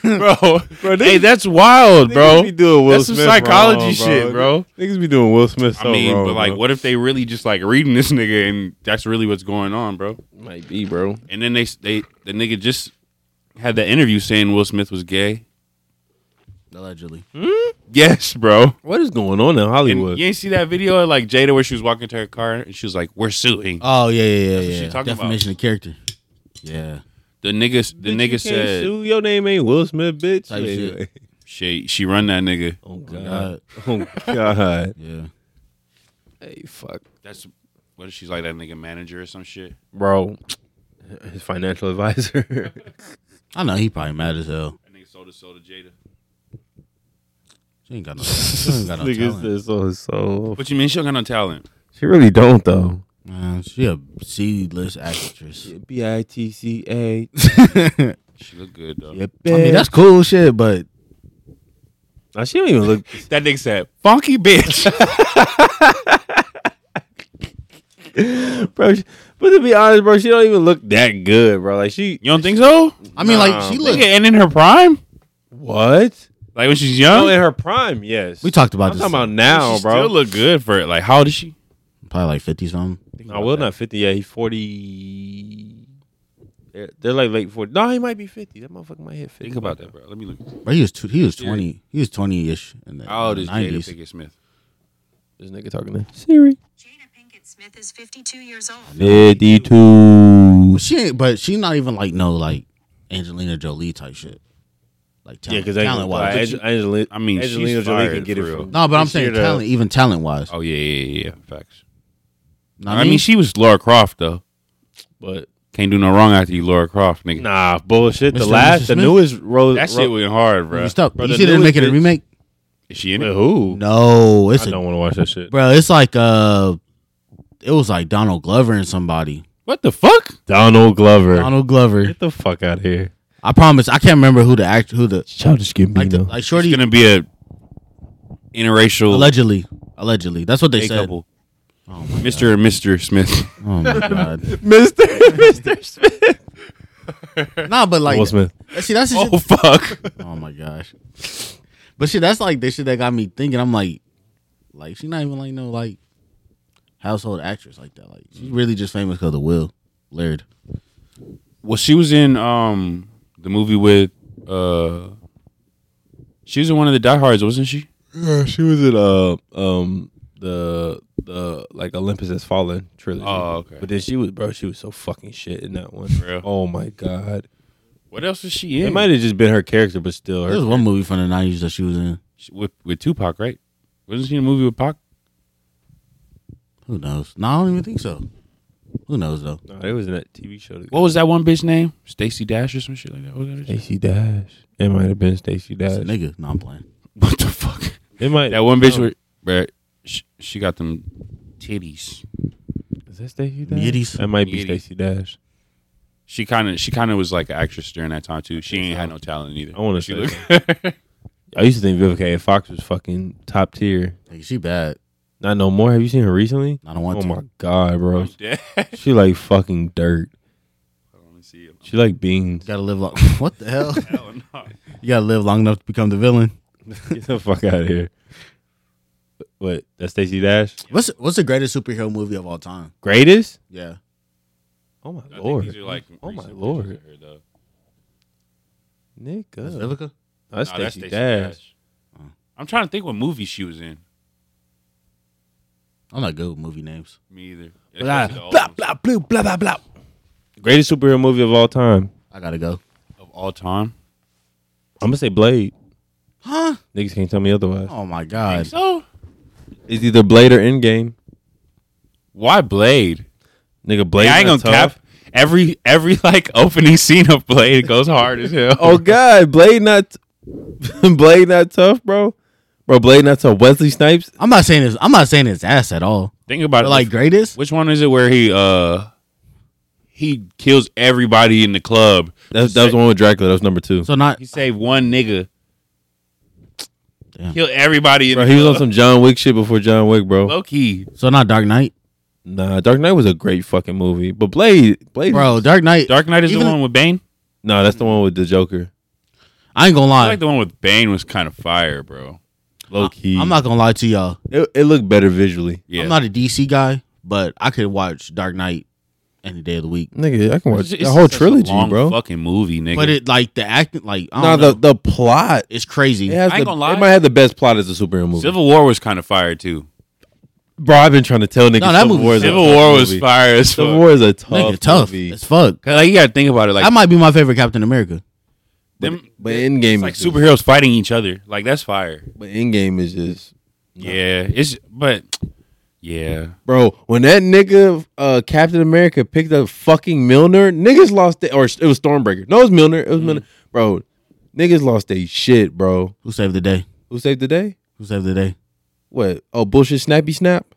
S2: bro,
S1: Bro, they-
S2: hey, that's wild,
S1: Niggas
S2: bro.
S1: be doing Will
S2: That's some
S1: Smith
S2: psychology
S1: wrong,
S2: shit, bro.
S1: Niggas be doing Will Smith. So
S2: I mean,
S1: wrong,
S2: but like,
S1: bro.
S2: what if they really just like reading this nigga and that's really what's going on, bro?
S1: might be, bro?
S2: And then they they the nigga just had that interview saying Will Smith was gay.
S3: Allegedly.
S2: Yes, bro.
S1: What is going on in
S2: And
S1: Hollywood?
S2: you ain't see that video of like Jada where she was walking to her car and she was like, "We're suing."
S1: Uh,
S3: Oh yeah, yeah, yeah.
S2: what she
S3: yeah.
S2: talking about.
S3: Definition of character. Yeah.
S2: The niggas, the
S1: Bitch, you
S2: nigga
S1: can't
S2: said,
S1: sue. "Your name ain't Will Smith, bitch."
S3: Type shit.
S2: "She she run that nigga."
S1: Oh
S3: God.
S1: god. Oh god.
S3: Yeah.
S1: hey, fuck,
S2: That's what if she's like that nigga manager or some shit.
S1: bro. His financial advisor.
S3: I know he probably mad as hell.
S2: That nigga sold his soul to Jada.
S3: She ain't got no. She ain't got no
S1: Niggas
S3: talent.
S1: this on his soul.
S2: What you mean she don't got no talent?
S1: She really don't though.
S3: Man, she a C-list actress.
S1: B i t c a.
S3: I
S2: She look good though.
S3: mean, that's cool shit, but
S1: she don't even look.
S2: That nigga said, "Funky bitch."
S1: bro. She, but to be honest, bro, she don't even look that good, bro. Like she
S2: you don't think so?
S3: I mean,
S1: Nah,
S3: like she
S2: Nigga,
S3: look.
S2: and in her prime,
S1: what?
S2: like when she's
S1: Oh,
S2: young,
S1: in her prime, yes.
S3: We talked about
S1: I'm
S3: this.
S1: talking about now,
S2: she
S1: bro.
S2: still look good for it. Like how old is she?
S3: probably like fifty something.
S1: I will not fifty. Yeah, he's forty. They're, they're like late forty. No, he might be fifty. That motherfucker might hit fifty.
S2: Think about that, bro. Let me look.
S3: But he was tw- he was
S2: Yeah.
S3: twenty. He was twenty ish in the
S2: How old is Jada
S3: nineties.
S2: Pinkett Smith?
S1: This nigga talking to Siri.
S4: Jada Pinkett Smith is 52 years old.
S1: Fifty-two.
S3: She ain't, but she not even like no like Angelina Jolie type shit. Like
S1: Yeah,
S3: talent,
S1: because
S3: talent wise.
S2: But
S1: Angel, Angel,
S2: I mean, she's
S1: Angelina Jolie can
S2: fired
S1: get it
S2: for real.
S1: from.
S3: no, but I'm
S1: this
S3: saying
S1: year to-
S3: talent, even talent wise.
S2: Oh yeah, yeah, yeah, yeah. Facts. I
S3: I
S2: mean,
S3: mean,
S2: she was Laura Croft though.
S1: But
S2: Can't do no wrong after you, Laura Croft, nigga.
S1: nah, bullshit.
S3: Mr.
S1: The
S3: and Mrs.
S1: last, the
S3: Smith?
S1: newest Rose.
S2: That
S1: Ro-
S2: shit went hard, bro.
S3: you stop.
S1: bro,
S3: you
S1: the
S3: see them
S1: newest
S3: making a
S1: bitch-
S3: remake?
S2: Is she in
S1: Wait,
S2: it?
S1: who?
S3: No,
S1: I
S3: it's a,
S1: don't want to watch that shit.
S3: bro. It's like uh, it was like Donald Glover and somebody.
S2: What the fuck?
S1: Donald Glover.
S3: Donald Glover.
S1: Get the fuck out of here.
S3: I promise. I can't remember who the act who the
S1: Childish
S3: like, the,
S1: Gambino.
S3: like
S2: It's
S3: Shorty
S2: gonna be a interracial
S3: allegedly allegedly. That's what they
S2: gay
S3: said.
S2: couple,
S3: Oh my
S2: Mister and Mister Smith.
S3: God. Oh my god.
S1: Mister Mister Smith.
S3: nah, but like
S1: Will Smith.
S3: see that's the shit-
S2: oh fuck!
S3: Oh my gosh. But shit, that's like the shit that got me thinking. I'm like, like she not even like no like household actress like that. Like she's really just famous because of Will Laird.
S2: Well, she was in um the movie with uh she was in one of the Die Hards, wasn't she?
S1: she was in uh um the the like Olympus Has Fallen trilogy.
S2: Oh, okay.
S1: But then she was bro, she was so fucking shit in that one.
S2: real?
S1: Oh my god.
S2: What else was she in?
S1: It might have just been her character, but still
S3: There was
S1: her
S3: one movie from the nineties that she was in.
S2: She- with with Tupac, right? Wasn't she in a movie with Pac?
S3: Who knows? No, I don't even think so. Who knows though?
S1: no, it was in that TV show. that-
S2: What was that one bitch name? Stacy Dash or some shit like that. What, was that bitch?
S1: Stacey Dash. It might have been Stacey
S3: It's a
S1: Dash.
S3: nigga. No, I'm playing.
S2: what the fuck?
S1: It might
S2: That one bitch
S1: No.
S2: with bruh, she, she got them titties.
S1: Is that Stacey Dash?
S3: Yiddies.
S1: That might be
S2: Yiddies.
S1: Stacey Dash.
S2: She kind of she kind of was like an actress during that time too. She ain't had no talent either.
S1: I wanna
S2: She
S1: say
S2: look-
S1: I used to think Vivica A. Fox was fucking top tier.
S3: Like, she bad.
S1: Not no more. Have you seen her recently?
S3: I don't want
S1: oh
S3: to.
S1: my god, bro.
S2: I'm dead. Let
S1: She like fucking dirt.
S2: me see. if-
S1: She like beans.
S3: Gotta live long. what the hell?
S2: Hell no.
S3: you gotta live long enough to become the villain.
S1: Get the fuck out of here. What? That's Stacey Dash?
S3: What's what's the greatest superhero movie of all time?
S1: Greatest?
S3: Yeah.
S1: Oh my
S2: I
S1: lord.
S2: Think these are like
S1: oh my
S2: recent
S1: lord.
S2: pictures of her, though.
S1: Nigga. No,
S3: Vivica?
S1: That's
S2: Nah, that's
S1: Stacey
S2: Stacey
S1: Dash.
S3: Oh.
S2: I'm trying to think what movie she was in.
S3: I'm not good with movie names.
S2: Me either.
S1: Blah,
S2: Especially the old
S1: blah,
S2: ones.
S1: blah, blue, blah, blah, blah. Greatest superhero movie of all time.
S3: I gotta go.
S2: Of all time.
S1: I'm gonna say Blade.
S3: Huh?
S1: Niggas can't tell me otherwise.
S3: Oh my god.
S2: So
S1: It's either Blade or Endgame.
S2: why Blade?
S1: Nigga, Blade.
S2: Yeah, I ain't gonna
S1: not tough.
S2: cap. every every like opening scene of Blade goes hard as hell.
S1: Oh God, Blade not, Blade not tough, bro. Bro, Blade not tough. Wesley Snipes.
S3: I'm not saying his I'm not saying his ass at all.
S2: think about
S3: But
S2: it.
S3: like greatest?
S2: which one is it where he uh he kills everybody in the club?
S1: That, that was the one with Dracula. That was number two.
S3: So not
S2: He saved one nigga.
S3: Damn.
S2: Kill everybody in
S1: Bro,
S2: the
S1: he was
S2: club.
S1: on some John Wick shit before John Wick, bro.
S2: low key.
S3: so not Dark Knight.
S1: Nah, Dark Knight was a great fucking movie, but Blade, Blade,
S3: Bro, Dark Knight
S2: Dark Knight is
S3: Even-
S2: the one with Bane.
S1: Nah, that's the one with the Joker.
S3: I ain't gonna
S2: I
S3: lie.
S2: feel like the one with Bane was kind of fire, bro.
S1: Low key.
S3: I'm not gonna lie to y'all.
S1: It, it looked better visually.
S2: Yeah,
S3: I'm not a DC guy, but I could watch Dark Knight any day of the week.
S1: Nigga, I can
S2: It's-
S1: watch the
S2: it's
S1: whole
S2: such a
S1: trilogy,
S2: long
S1: bro.
S2: Fucking movie, nigga.
S3: But it like the acting, like I
S1: Nah,
S3: don't
S1: the,
S3: know,
S1: the plot.
S3: it's crazy.
S1: It has
S2: I ain't
S1: the,
S2: gonna lie.
S1: It might have the best plot as a superhero movie.
S2: Civil War was kind of fire too.
S1: bro, I've been trying to tell niggas
S3: No, that
S1: Civil
S3: movie-
S1: War is a
S2: Civil
S1: tough
S2: War was
S1: movie.
S2: fire as
S1: Civil
S2: fuck.
S1: War is a tough,
S3: Nigga, tough
S1: movie.
S3: as fuck.
S2: 'Cause, Like you gotta think about it. Like
S3: That might be my favorite Captain America.
S2: them,
S1: But Endgame
S2: it's like
S1: is super.
S2: superheroes fighting each other. Like that's fire.
S1: But Endgame is just,
S2: Yeah, it's but yeah.
S1: bro. When that nigga uh, Captain America picked up fucking Milner, niggas lost it. Or it was Stormbreaker. No, it was Milner. It was
S3: Mm-hmm.
S1: Milner, bro. Niggas lost their shit, bro.
S3: Who saved the day?
S1: Who saved the day?
S3: Who saved the day?
S1: What? Oh, bullshit, snappy snap.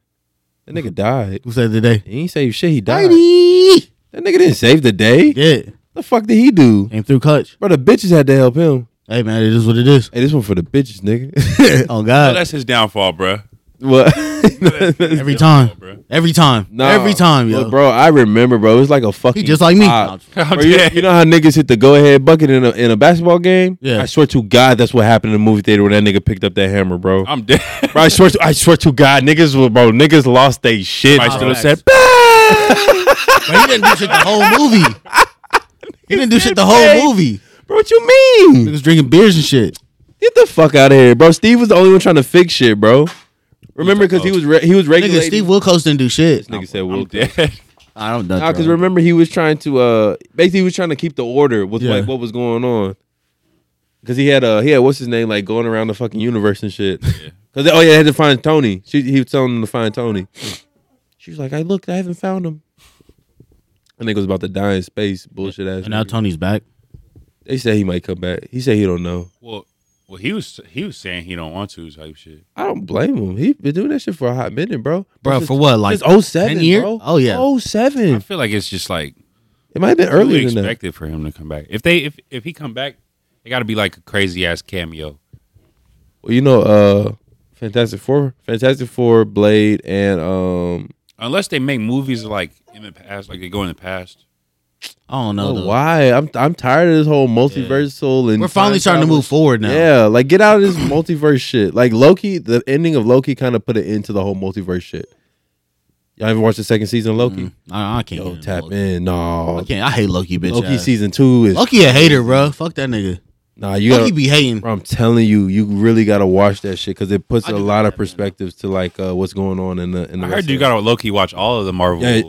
S1: That
S3: Mm-hmm.
S1: nigga died.
S3: Who saved the day?
S1: He ain't saved shit. He died.
S3: Mighty.
S1: That nigga didn't save the day.
S3: Yeah,
S1: The fuck did he do?
S3: came through clutch.
S1: Bro, the bitches had to help him.
S3: Hey man, it is what it is.
S1: Hey, this one for the bitches, nigga.
S3: Oh
S2: So
S3: God,
S2: that's his downfall, bro.
S1: what?
S3: every time,
S2: bro.
S3: every time,
S1: Nah.
S3: every time,
S1: Look,
S3: yo.
S1: bro, I remember, bro. It was like a fucking.
S3: He just like me.
S1: pop.
S2: I'm
S1: Bro, you,
S2: dead.
S1: you know how niggas hit the go ahead bucket in a in a basketball game?
S3: Yeah.
S1: I swear to God, that's what happened in the movie theater when that nigga picked up that hammer, bro.
S2: I'm dead.
S1: bro, I swear to I swear to God, niggas were bro, niggas lost their shit.
S2: Somebody
S1: bro.
S2: still said,
S3: But he didn't do shit the whole movie. He didn't do shit the whole movie.
S1: Bro, what you mean?
S3: He was drinking beers and shit.
S1: Get the fuck out of here, bro. Steve was the only one trying to fix shit, bro. Remember, because he was re- he was regulating.
S3: Nigga, Steve Wilkos didn't do shit.
S1: Nigga said,
S2: I'm
S1: "Well,
S2: dead.
S3: I don't know.
S1: nah, because remember he was trying to uh basically he was trying to keep the order with
S3: Yeah.
S1: like what was going on. Because he had uh he had what's his name like going around the fucking universe and shit. Because oh yeah, they had to find Tony. She he was telling them to find Tony. She was like, I looked, I haven't found him. I think it was about to die in space, bullshit ass.
S3: And now
S1: nigga.
S3: Tony's back.
S1: they said he might come back. He said he don't know.
S2: Well, well, he was he was saying he don't want to type shit.
S1: I don't blame him. He been doing that shit for a hot minute, bro.
S3: Bro,
S1: Since-
S3: for what? Like
S1: It's 07,
S3: 10 year?
S1: bro.
S3: Oh, yeah.
S1: 07.
S2: I feel like it's just like
S1: It might have been
S2: early
S1: earlier than that.
S2: expected for him to come back. If they if if he come back, it got to be like a crazy ass cameo.
S1: Well, you know, uh, Fantastic Four, Fantastic Four, Blade, and um,
S2: Unless they make movies like in the past, like they go in the past.
S3: I don't know.
S1: oh,
S3: though.
S1: why? I'm I'm tired of this whole multiversal and
S3: We're finally
S1: time
S3: starting to
S1: travel.
S3: move forward now.
S1: Yeah, like get out of this multiverse shit. Like Loki, the ending of Loki kind of put an end to the whole multiverse shit. Y'all ever watched the second season of Loki?
S3: I, I can't.
S1: Yo,
S3: get
S1: tap
S3: Mm. Loki.
S1: in. No,
S3: I can't. I hate Loki, bitch.
S1: Loki
S3: ass.
S1: season two is
S3: Loki a hater, bro. Fuck that nigga.
S1: nah. You gotta,
S3: Loki be hating.
S1: Bro, I'm telling you, you really gotta watch that shit because it puts
S2: I
S1: a
S2: do
S1: lot
S2: like
S1: of
S2: that, man.
S1: perspectives to like uh, what's going on in the in the.
S2: I
S1: rest
S2: heard you
S1: of-
S2: got to low key watch all of the Marvel.
S1: Yeah,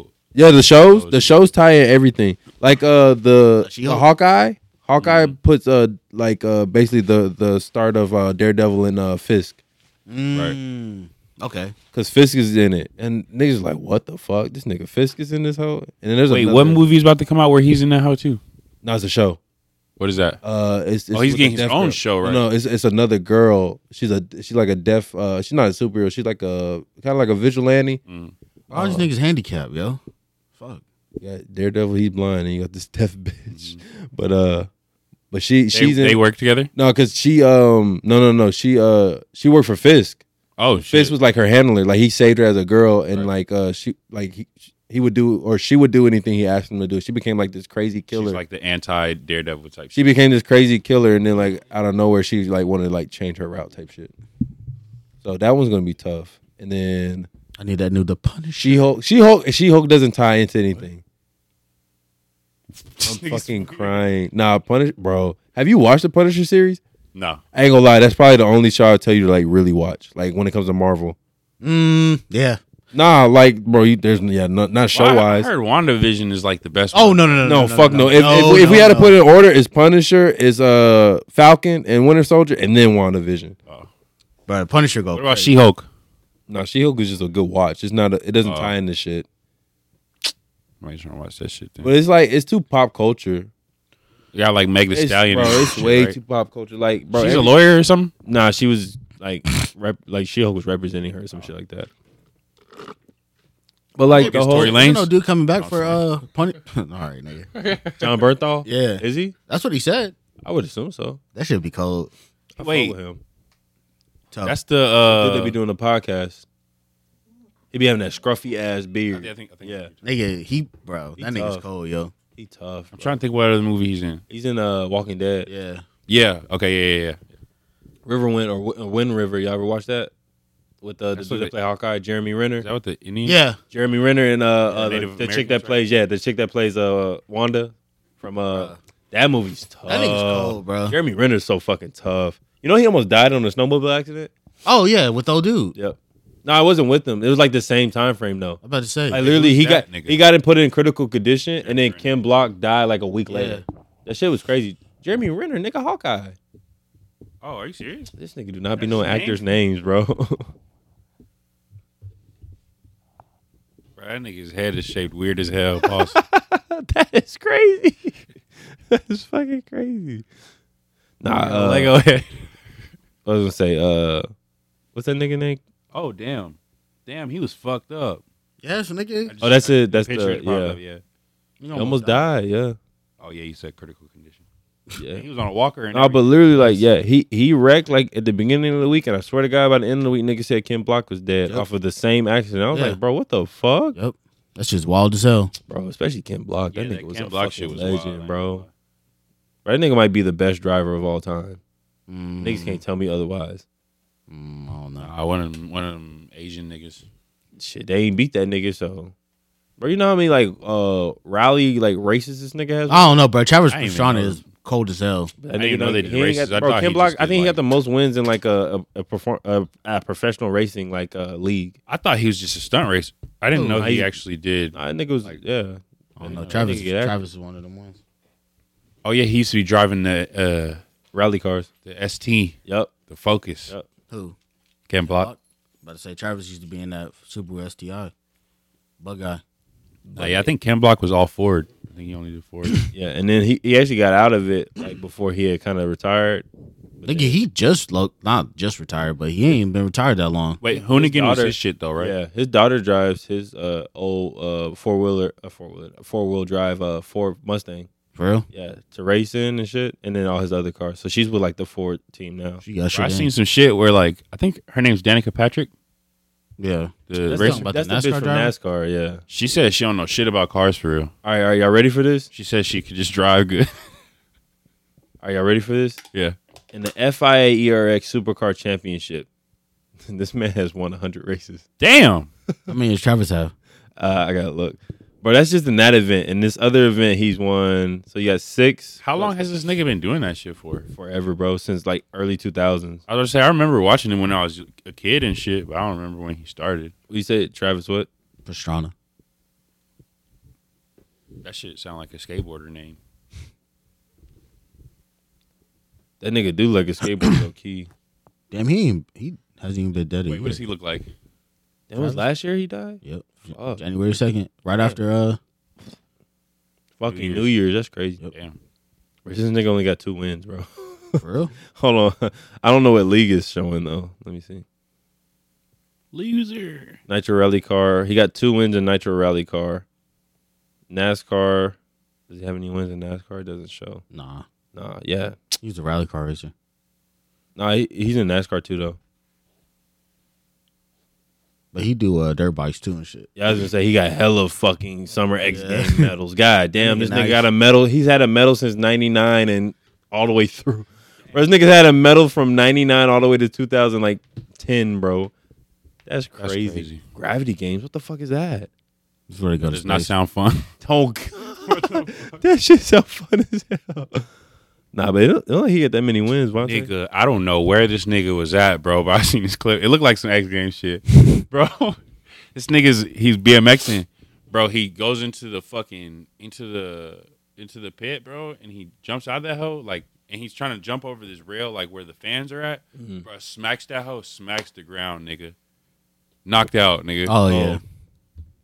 S1: yeah the
S2: Oh,
S1: shows the shows tie in everything like uh the, the
S3: She-Hulk.
S1: Hawkeye Hawkeye
S2: Mm-hmm.
S1: puts uh like uh basically the the start of uh Daredevil and uh Fisk
S3: Mm, Okay.
S1: because Fisk is in it and niggas like what the fuck this nigga Fisk is in this hoe and then there's
S2: Wait,
S1: another,
S2: what movie is about to come out where he's in that how too?
S1: No, it's a show.
S2: What is that?
S1: Uh, it's, it's
S2: Oh, he's
S1: with
S2: getting
S1: a
S2: his
S1: deaf
S2: own
S1: girl.
S2: show, right?
S1: No, it's it's another girl. She's a she's like a deaf. Uh, she's not a superhero. She's like a kind of like a vigilante.
S2: Mm.
S3: All these niggas handicapped, yo. Fuck.
S1: You got Daredevil, he's blind, and you got this deaf bitch. But uh, but
S2: Mm.
S1: she
S2: They,
S1: she's in
S2: they work together.
S1: no, cause she um no no no she uh she worked for Fisk.
S2: Oh shit!
S1: Fisk was like her handler. Like he saved her as a girl, and like uh she like he he would do or she would do anything he asked him to do. She became like this crazy
S2: She's
S1: killer.
S2: like the anti Daredevil type.
S1: she became this crazy killer, and then like out of nowhere, she like wanted to like change her route type shit. So that one's gonna be tough. And then
S3: I need that new The Punisher.
S1: She Hulk, She Hulk, She Hulk doesn't tie into anything. I'm fucking crying. Nah, Punish, bro. Have you watched the Punisher series?
S2: no.
S1: I ain't gonna lie, that's probably the only show I tell you to like really watch. Like when it comes to Marvel.
S3: Mm, yeah.
S1: Nah, like bro, you, there's yeah, not, not show
S2: Well, I-
S1: wise.
S2: I heard WandaVision is like the best.
S3: Oh
S2: one.
S3: no no no
S1: No, fuck no. If, if, we- if we had to put it in order, it's Punisher, it's uh Falcon and Winter Soldier, and then WandaVision.
S3: bro, Punisher go.
S2: What about She Hulk?
S1: Nah, She Hulk is just a good watch. It's not. A, it doesn't
S2: Oh.
S1: tie into shit.
S2: I just want to watch that shit. Then.
S5: But it's like it's too pop culture.
S2: You got like Meg the
S5: It's,
S2: Stallion.
S5: bro,
S2: and
S5: it's
S2: shit,
S5: way
S2: right?
S5: too pop culture. Like, bro,
S2: She's
S5: every-
S2: a lawyer or something.
S1: Nah, she was like rep, like She Hulk was representing her or some shit like that.
S5: But like the
S2: It's
S5: whole
S2: Tory
S3: You
S2: Lanez.
S3: know, dude coming back for
S2: sorry.
S3: uh, pun- all right, nigga.
S1: John Bernthal.
S3: Yeah.
S1: is he?
S3: That's what he said.
S1: I would assume so.
S3: That should be cold.
S1: I
S2: Wait.
S1: Wait, him.
S3: Tough.
S1: That's the
S5: Good
S1: uh,
S5: they be doing a podcast.
S1: he be having that scruffy ass beard.
S2: Yeah, I think, I think
S1: Yeah,
S3: nigga, he bro,
S1: He
S3: that nigga's
S1: tough.
S3: cold, yo.
S1: he tough.
S2: I'm
S1: bro.
S2: trying to think what other movie he's in.
S1: He's in uh Walking Dead.
S3: Yeah.
S2: Yeah. Okay. Yeah. Yeah. yeah.
S1: Riverwind or Wi- uh, Wind River. Y'all ever watch that? With uh, the
S2: That's
S1: dude
S2: what
S1: that
S2: they-
S1: play Hawkeye, Jeremy Renner.
S2: Is that what the Indian?
S3: Yeah.
S1: Jeremy Renner and uh, uh the,
S2: Native
S1: the chick
S2: Americans,
S1: that plays yeah the chick that plays uh Wanda from uh that movie's tough.
S3: That nigga's cold, bro.
S1: Jeremy Renner's so fucking tough. You know he almost died on a snowmobile accident.
S3: Oh yeah, with old dude.
S1: Yep. No, I wasn't with them. It was like the same time frame though.
S3: I'm about to say.
S1: Like literally, he got
S2: that nigga?
S1: he got him put in critical condition, and then
S2: Renner.
S1: Kim Block died like a week
S3: Yeah.
S1: later. That shit was crazy. Jeremy Renner, nigga, Hawkeye.
S2: Oh, are you serious?
S1: This nigga do not be
S2: That's
S1: knowing
S2: his name?
S1: actors' names, bro.
S2: Bro, that nigga's head is shaped weird as hell. Pause.
S1: that is crazy. that is fucking crazy. Nah, uh,
S2: Lego head.
S1: I was gonna say, uh, what's that nigga name?
S2: Oh damn, damn, he was fucked up.
S3: yes, nigga.
S1: Oh, that's it. That's
S2: Picture
S1: the
S2: it popped
S1: yeah.
S2: up, yeah.
S3: You
S1: He almost died. Yeah,
S2: Oh yeah, you said critical condition.
S1: yeah.
S2: He was on a walker. And
S1: No, but literally, like, yeah, he he wrecked like at the beginning of the week, and I swear to God, by the end of the week, nigga said Kim Block was dead
S3: Yep.
S1: off of the same accident. I was
S3: Yeah.
S1: like, bro, what the fuck,
S3: Yep. That's just wild as hell.
S1: bro? Especially Kim Block. That
S2: Yeah,
S1: nigga
S2: that
S1: was
S2: Ken
S1: a
S2: Block
S1: fucking
S2: shit was wild,
S1: legend,
S2: man.
S1: bro. That nigga might be the best driver of all time.
S3: Mm,
S1: Niggas can't tell me otherwise.
S3: mm, I don't know.
S2: Nah, one of them, one of them Asian niggas.
S1: Shit, they ain't beat that nigga, so. Bro, you know how many like uh rally like racist this nigga has?
S3: I don't know, bro. Travis
S2: I ain't even
S3: Pastrana
S2: know.
S3: is cold as hell.
S1: That
S2: I
S1: nigga
S2: didn't know
S1: don't-
S2: they did
S1: he ain't
S2: races.
S1: got-
S2: I
S1: bro,
S2: thought
S1: Ken
S2: he
S1: Block,
S2: just
S1: I
S2: did,
S1: think he
S2: like-
S1: got the most wins in like a a, a, perform, a, a professional racing like uh, league.
S2: I thought he was just a stunt racer. I didn't
S3: Oh,
S2: know he
S1: I-
S2: actually did.
S1: Nah, That nigga was
S2: Like-
S1: yeah.
S3: I don't know.
S1: That
S3: Travis
S1: nigga get act-
S3: Travis is one of them ones.
S2: Oh yeah, he used to be driving the uh,
S1: rally cars.
S2: the ST,
S1: Yep.
S2: the Focus.
S1: Yep.
S3: Who?
S2: Ken Block.
S3: About to say Travis used to be in that Subaru STI. Bug guy.
S2: Nah, yeah, I think Ken Block was all Ford. I think he only did Ford.
S1: Yeah, and then he, he actually got out of it like before he had kind of retired.
S3: Nigga, he just look not just retired, but he ain't been retired that long.
S2: Wait, Hoonigan was
S1: daughter-
S2: his shit though, right?
S1: Yeah, his daughter drives his uh old uh four wheeler uh, four wheeler four wheel drive uh Ford Mustang.
S3: For real?
S1: Yeah, to race in and shit, and then all his other cars. So she's with like the Ford team now.
S3: She got
S2: Bro, I
S3: shit. in.
S2: seen some shit where like I think her name's Danica Patrick.
S3: Yeah.
S2: The
S1: That's,
S3: race-
S1: the,
S2: racer.
S3: about
S1: that's
S3: the
S1: the bitch
S3: NASCAR
S1: from
S3: driver?
S1: NASCAR. Yeah.
S2: She says she don't know shit about cars for real.
S1: All right, are y'all ready for this?
S2: She says she could just drive good.
S1: Are y'all ready for this?
S2: yeah.
S1: In the FIA ERX E Supercar Championship, this man has won 100 races.
S2: Damn.
S3: I mean, it's Travis have.
S1: Uh, I gotta look, but that's just in that event. In this other event, he's won. So you got six.
S2: How long has this nigga been doing that shit for?
S1: Forever, bro. Since like early 2000s.
S2: I was gonna say I remember watching him when I was a kid and shit, but I don't remember when he started.
S1: You said Travis what?
S3: Pastrana.
S2: That shit sound like a skateboarder name.
S1: That nigga do like a skateboard low key.
S3: Damn, he ain't, he hasn't even been dead a
S2: Wait,
S3: year.
S2: what does he look like?
S1: That was
S3: Travis?
S1: last year he died.
S3: Yep. J-
S1: Fuck.
S3: January second, right after uh
S1: Fucking New Year's.
S2: Year's.
S1: That's crazy.
S2: Damn.
S1: This nigga only got two wins, bro.
S3: for real.
S1: Hold on. I don't know what league is showing though. Let me see.
S2: Loser.
S1: Nitro Rally Car. He got two wins in Nitro Rally Car. NASCAR. Does he have any wins in NASCAR? It doesn't show.
S3: Nah,
S1: Nah, yeah.
S3: he was a rally car racer.
S1: Nah, he, he's in NASCAR too though.
S3: But he do uh, dirt bikes too and shit.
S1: Yeah, I was gonna say he got hella fucking summer X
S3: Yeah.
S1: Games medals. God damn,
S3: Nigga
S1: this nigga
S3: nice.
S1: got a medal. He's had a medal since '99 and all the way through. Bro, this nigga's had a medal from '99 all the way to 2000, like 10, bro.
S2: That's
S1: That's crazy.
S2: crazy.
S1: Gravity games. What the fuck is that?
S3: That's where they go
S2: That
S3: to
S2: does not
S3: space.
S2: sound fun.
S1: Tonk. that shit so fun as hell. Nah, but it don't, it don't like he get that many wins. Why don't
S2: nigga, I don't know where this nigga was at, bro, but I seen this clip. It looked like some X Games shit. Bro, this nigga's he's BMXing. Bro, he goes into the fucking into the into the pit, bro, and he jumps out of that hole, like and he's trying to jump over this rail, like where the fans are at.
S3: Mm-hmm.
S2: Bro, smacks that hoe, smacks the ground, nigga. Knocked out, nigga.
S3: Oh yeah,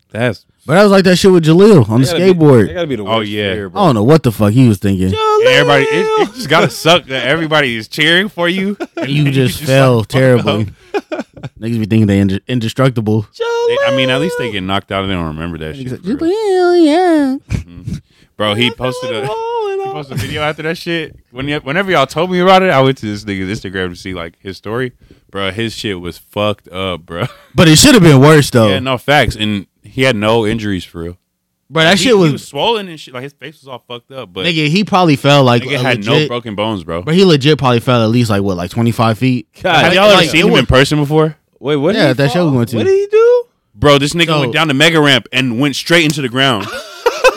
S1: That's
S3: But I was like that shit with Jaleel on the skateboard.
S5: gotta be the
S2: Oh, yeah.
S5: fear,
S3: I don't know what the fuck he was thinking.
S1: Oh,
S2: And everybody, it, it just gotta suck that everybody is cheering for you. And
S3: You just fell terribly. Niggas be thinking they ind- indestructible.
S2: They- I mean, at least they get knocked out and they don't remember that shit. for real.
S3: Yeah.
S2: Bro, he posted a he posted a video after that shit. When y- whenever y'all told me about it, I went to this nigga's Instagram to see like his story. Bro, his shit was fucked up, bro.
S3: But it should have been worse though.
S2: Yeah, no facts, and he had no injuries for real.
S3: Bro, that
S2: he,
S3: shit
S2: he
S3: was,
S2: swollen and shit. Like his face was all fucked up, but nigga,
S3: nigga. He probably fell like a
S2: had no
S3: legit-
S2: broken bones, bro.
S3: But he legit probably fell at least like what, like twenty five feet.
S2: Have
S5: God,
S2: y'all ever
S3: like,
S2: seen
S3: it
S2: him
S3: was-
S2: in person before?
S5: wait, what? did
S3: Yeah,
S5: he
S3: that show
S5: fall?
S3: we went to.
S5: What did he do?
S2: Bro, this nigga
S3: So-
S2: went down the mega ramp and went straight into the ground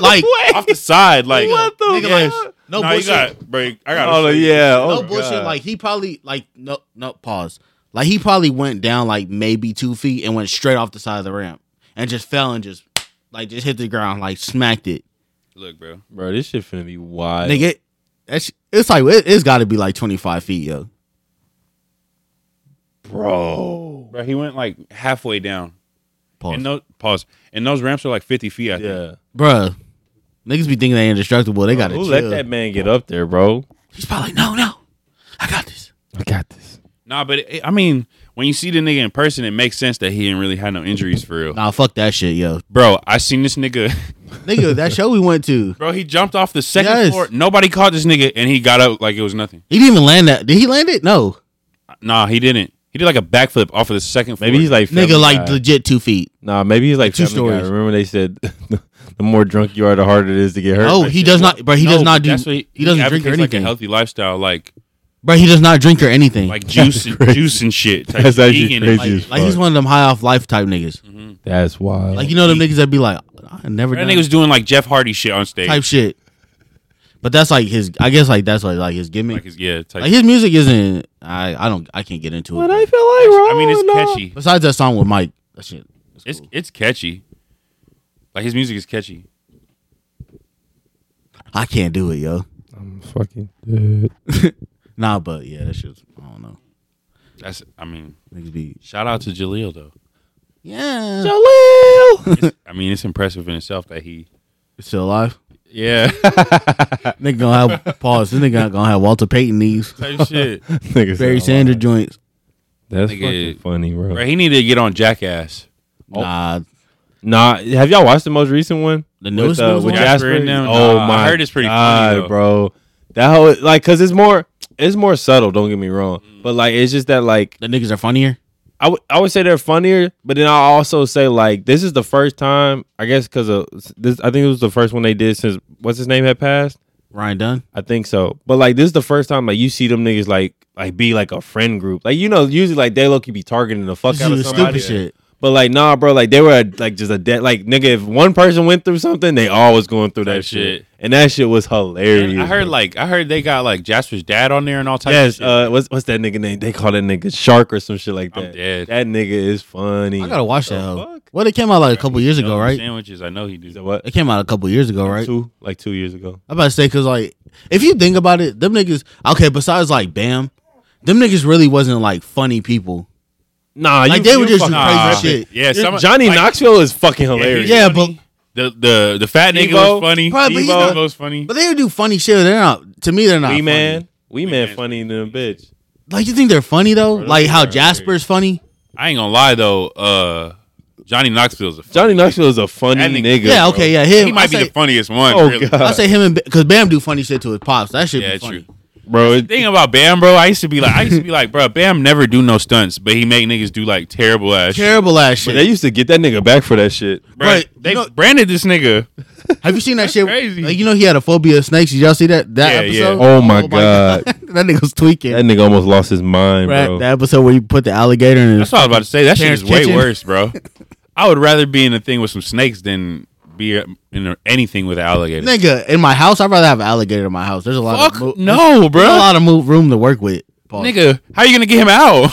S3: Like
S2: off the side. Like
S5: What the
S2: Yes.
S5: fuck?
S3: no,
S2: Nah, you
S3: bullshit.
S2: got, bro, I got.
S5: Oh yeah, oh
S3: no bullshit.
S5: God.
S3: Like he probably like no no pause. Like he probably went down like maybe two feet and went straight off the side of the ramp and just fell and just like just hit the ground like smacked it.
S2: Look, bro.
S5: bro, this shit finna be wild.
S3: Nigga, that's it's like it, it's got to be like twenty five feet, yo.
S2: bro, bro. He went like halfway down.
S3: Pause,
S2: And those pause. And those ramps are like fifty feet. I think.
S5: yeah.
S3: bruh. Niggas be thinking they indestructible. They got to
S5: Who
S3: chill.
S5: let that man get up there, bro?
S3: He's probably like, no, no, I got this.
S5: I got this.
S2: Nah, but it, I mean, when you see the nigga in person, it makes sense that he didn't really have no injuries for real.
S3: Nah, fuck that shit, yo.
S2: Bro, I seen this nigga.
S3: Nigga, that show we went to,
S2: Bro, he jumped off the second
S3: Yes.
S2: floor. Nobody caught this nigga, and he got up like it was nothing.
S3: he didn't even land that. Did he land it? No,
S2: Nah, he didn't. He did like a backflip off of the second floor.
S1: maybe he's like family
S3: nigga, like
S1: guy.
S3: legit two feet.
S1: nah. Maybe he's like
S3: two
S1: two stories.
S3: stories.
S1: Remember they said the more drunk you are, the harder it is to get hurt.
S3: Oh, he does not, bro. He
S2: No,
S3: does not
S2: but
S3: do.
S2: that's what
S3: He, doesn't drink
S2: advocates,
S3: or anything,
S2: Like a healthy lifestyle, like
S3: bro. He does not drink or anything. Like,
S2: like juice and juice and shit. Type
S1: That's actually
S2: vegan
S1: crazy
S2: And,
S1: as
S2: like,
S1: fuck.
S3: he's one of them high off life type niggas.
S1: That's wild.
S3: Like you know them niggas that be like, I never
S2: Mhm. that
S3: done
S2: nigga was doing like Jeff Hardy shit on stage.
S3: type shit. But that's like his. I guess like that's like like his gimmick.
S2: like his, yeah, type.
S3: Like his music isn't. I I don't. I can't get into it.
S5: But
S3: bro.
S5: I feel like
S2: I mean, it's catchy.
S3: Besides that song with Mike, that shit. that's
S2: It's
S3: cool.
S2: it's catchy. Like his music is catchy.
S3: I can't do it, yo.
S1: I'm fucking dead.
S3: Nah, but yeah, that shit's. I don't know.
S2: That's I mean,
S3: Niggas be.
S2: shout out to Jaleel though.
S3: Yeah.
S2: It's- I mean, it's impressive in itself that he.
S3: Still alive.
S2: Yeah,
S3: Nigga gonna have pause. This nigga gonna have Walter Payton knees.
S2: type shit.
S1: Nigga said,
S3: Barry
S1: "Oh,
S3: Sanders joints.
S1: That's
S2: Nigga.
S1: fucking funny, bro.
S2: Bro, he needed to get on Jackass.
S3: Nah,
S1: Nah, have y'all watched the most recent one?
S3: The newest one was
S1: with
S2: one? Jasper
S1: Jasper
S2: and them?
S1: Oh
S2: Nah, I
S1: my,
S2: heard it's pretty
S1: God,
S2: funny, though.
S1: bro. That whole like, cause it's more, it's more subtle. Don't get me wrong,
S2: Mm.
S1: but like, it's just that like,
S3: the niggas are funnier.
S1: I would I would say they're funnier, but then I also say like, this is the first time, I guess, cause of this. I think it was the first one they did since what's his name had passed.
S3: Ryan Dunn.
S1: I think so. But like this is the first time like you see them niggas like like be like a friend group. Like you know, usually like they low key be targeting the fuck
S3: This
S1: out of
S3: is
S1: somebody.
S3: stupid shit.
S1: But like nah, bro, like they were like just a dead like nigga. If one person went through something, they all was going through that,
S2: That
S1: shit.
S2: shit.
S1: and that shit was hilarious.
S2: And I heard like I heard they got like Jasper's dad on there and all types. of
S1: yes,
S2: shit.
S1: uh, what's what's that nigga name? They call that nigga Shark or some shit like
S2: I'm
S1: that.
S2: dead.
S1: That nigga is funny.
S3: I gotta watch that. hoe.
S1: fuck?
S3: Well, it came out like a couple years
S2: You know,
S3: ago, right?
S2: Sandwiches. I know he
S1: Is that
S2: did.
S1: what?
S3: It came out a couple years ago, right?
S1: Two like two years ago.
S3: I'm about to say because like if you think about it, them niggas. Okay, besides like Bam, them niggas really wasn't like funny people.
S1: Nah,
S3: Like
S1: you,
S3: they
S1: you
S3: were just
S1: fucking-
S3: some
S2: Nah.
S3: crazy shit.
S2: Yeah, some-
S1: Johnny
S2: like-
S1: Knoxville is fucking hilarious.
S3: Yeah,
S2: The the the fat nigga was
S1: Devo.
S2: funny.
S3: Probably, but he's
S2: Devo
S3: not-
S2: was funny.
S3: But they would do funny shit. They're not. To me, they're not.
S1: we
S3: funny.
S1: man, we man,
S2: Man's
S1: funny than a bitch.
S3: Like you think they're funny though? like how Jasper's funny.
S2: I ain't gonna lie though. Uh, Johnny Knoxville's a funny.
S1: Johnny Knoxville is a funny
S2: That nigga-
S1: nigga.
S3: yeah.
S1: bro.
S3: Okay. Yeah. Him.
S2: he might be the funniest one.
S1: Oh,
S2: really.
S1: God.
S3: I say him and because Bam do funny shit to his pops. That shit
S2: Yeah,
S3: be funny.
S2: true.
S1: bro. It,
S2: Thing about Bam, bro, I used to be like, I used to be like, bro, Bam never do no stunts, but he make niggas do like terrible ass. shit.
S3: Terrible ass
S1: but they
S3: shit.
S1: used to get that nigga back for that shit.
S2: Bro,
S3: Right,
S2: they
S3: you know-
S2: branded this nigga.
S3: Have you seen that shit?
S2: crazy.
S3: Like, you know he had a phobia of snakes. Did y'all see that that
S2: Yeah, yeah.
S3: episode?
S1: Oh my God.
S3: that nigga was tweaking.
S1: That nigga almost lost his mind,
S3: Right,
S1: bro.
S3: the episode where you put the alligator in.
S2: That's
S3: His,
S2: what I was about to say. That shit
S3: Parents'
S2: is way
S3: kitchen.
S2: worse, bro. I would rather be in a thing with some snakes than be in a- anything with an alligator.
S3: nigga, in my house, I'd rather have an alligator in my house. There's a lot
S2: Fuck
S3: of mo-
S2: no,
S3: there's a
S2: bro.
S3: lot of mo- room to work with. Paul.
S2: Nigga, how you gonna get him out?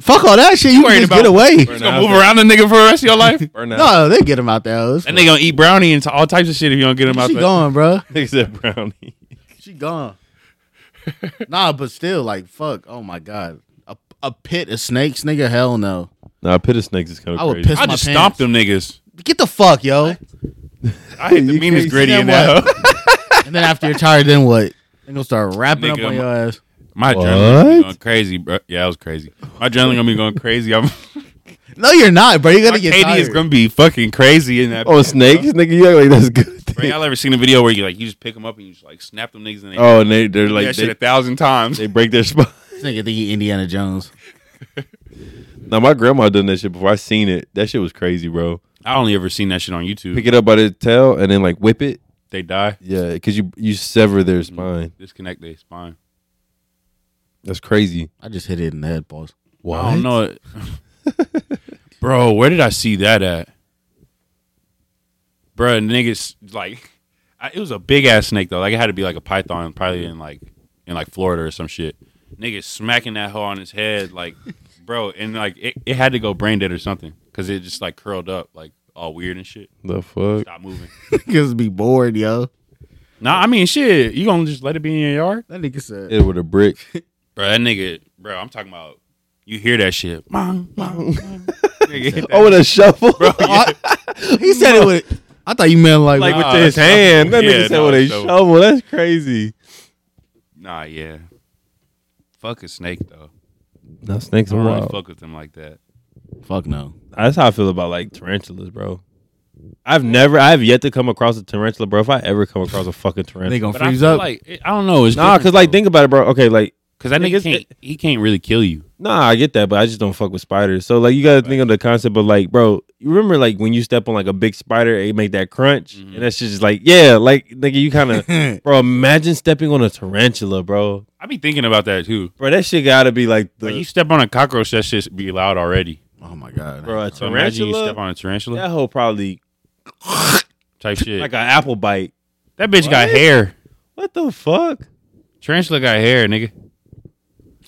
S3: fuck all that shit. You can
S2: worried
S3: just
S2: about-
S3: get away.
S2: Just gonna move around the nigga for the rest of your life? and
S1: Burn out.
S3: No, they get him out there. It's-
S2: they gonna eat brownie and t- all types of shit if you don't get him out.
S3: She
S2: the-
S3: gone, bro.
S1: Nigga said brownie.
S3: She gone. nah, but still, like, fuck. Oh my god, a, a pit of snakes, nigga. Hell no.
S1: Nah, pit of snakes is kind
S3: I
S1: of
S3: would
S1: crazy.
S3: piss-
S2: I
S3: my
S2: just
S3: pants.
S2: stomped them niggas.
S3: get the fuck, yo.
S2: I hate the
S5: You
S2: meanest
S5: can't-
S2: gritty
S3: you
S2: in
S3: know
S2: that.
S3: And then after you're tired, then what? Then gonna start wrapping up
S2: Nigga,
S3: on
S2: I'm-
S3: your ass.
S2: My adrenaline gonna be
S1: What?
S2: going crazy, bro. Yeah, I was crazy. My adrenaline gonna be going crazy. I'm
S3: No, you're not, bro. You're
S2: my
S3: gonna get
S2: KD
S3: tired.
S2: is gonna be fucking crazy in that.
S5: Oh, snakes, nigga. You act like that's good.
S2: Bro, y'all ever seen a video where you like you just pick them up and you just like snap them niggas and they
S5: Oh, and they they're
S2: do
S5: like
S2: that shit
S5: they,
S2: a thousand times.
S5: they break their spine.
S3: This nigga think he Indiana Jones.
S5: Now my grandma done that shit before. I seen it. That shit was crazy, bro.
S2: I only ever seen that shit on YouTube.
S5: Pick it up by the tail and then like whip it.
S2: They die,
S5: Yeah, because you you sever their
S2: Mm-hmm.
S5: spine.
S2: disconnect their spine.
S5: That's crazy.
S3: I just hit it in the head, boss.
S2: I don't know, it. bro. Where did I see that at, bro? Niggas like, I, it was a big ass snake though. Like it had to be like a python, probably in like in like Florida or some shit. Niggas smacking that hoe on his head, like, bro, and like it, it had to go brain dead or something because it just like curled up, like all weird and shit.
S5: The fuck?
S2: Stop moving.
S3: Niggas be bored, yo.
S2: Nah, I mean shit. You gonna just let it be in your yard,
S3: That nigga said.
S5: It with a brick.
S2: bro? That nigga, bro. I'm talking about. You hear that shit? Mom, mom, mom. Nigga, hit that
S5: Oh, with a shovel.
S3: He said it with. I thought you meant like,
S5: like
S2: Nah,
S5: with his
S2: that's-
S5: hand. That
S2: yeah,
S5: nigga said
S2: no,
S5: with a
S2: so-
S5: shovel. That's crazy.
S2: Nah, yeah. Fuck a snake though.
S5: No, snakes
S2: I
S5: are
S2: don't really
S5: wild.
S2: fuck with them like that.
S3: fuck no.
S1: That's how I feel about like tarantulas, bro. I've never, I have yet to come across a tarantula, bro. If I ever come across a fucking
S3: They
S1: tarantula,
S3: gonna
S2: But I
S3: freeze
S2: feel
S3: up.
S2: like it- I don't know. It's
S1: nah, because like think about it, bro. Okay, like
S2: because that nigga
S1: niggas-
S2: can't he can't really kill you.
S1: Nah, I get that, but I just don't fuck with spiders. So like, you gotta think of the concept of like, bro, you remember like when you step on like a big spider, it make that crunch,
S2: Mhm.
S1: and that's just like, yeah, like nigga, you kind of, bro. Imagine stepping on a tarantula, bro.
S2: I be thinking about that too.
S1: Bro, that shit gotta be like the,
S2: Like you step on a cockroach, that shit be loud already.
S3: oh my god.
S1: bro, a
S2: So imagine you step
S1: tarantula.
S2: on a tarantula
S1: That whole probably
S2: type shit.
S1: like an apple bite.
S2: that bitch got
S1: What?
S2: hair.
S1: What the fuck?
S2: Tarantula got hair, nigga.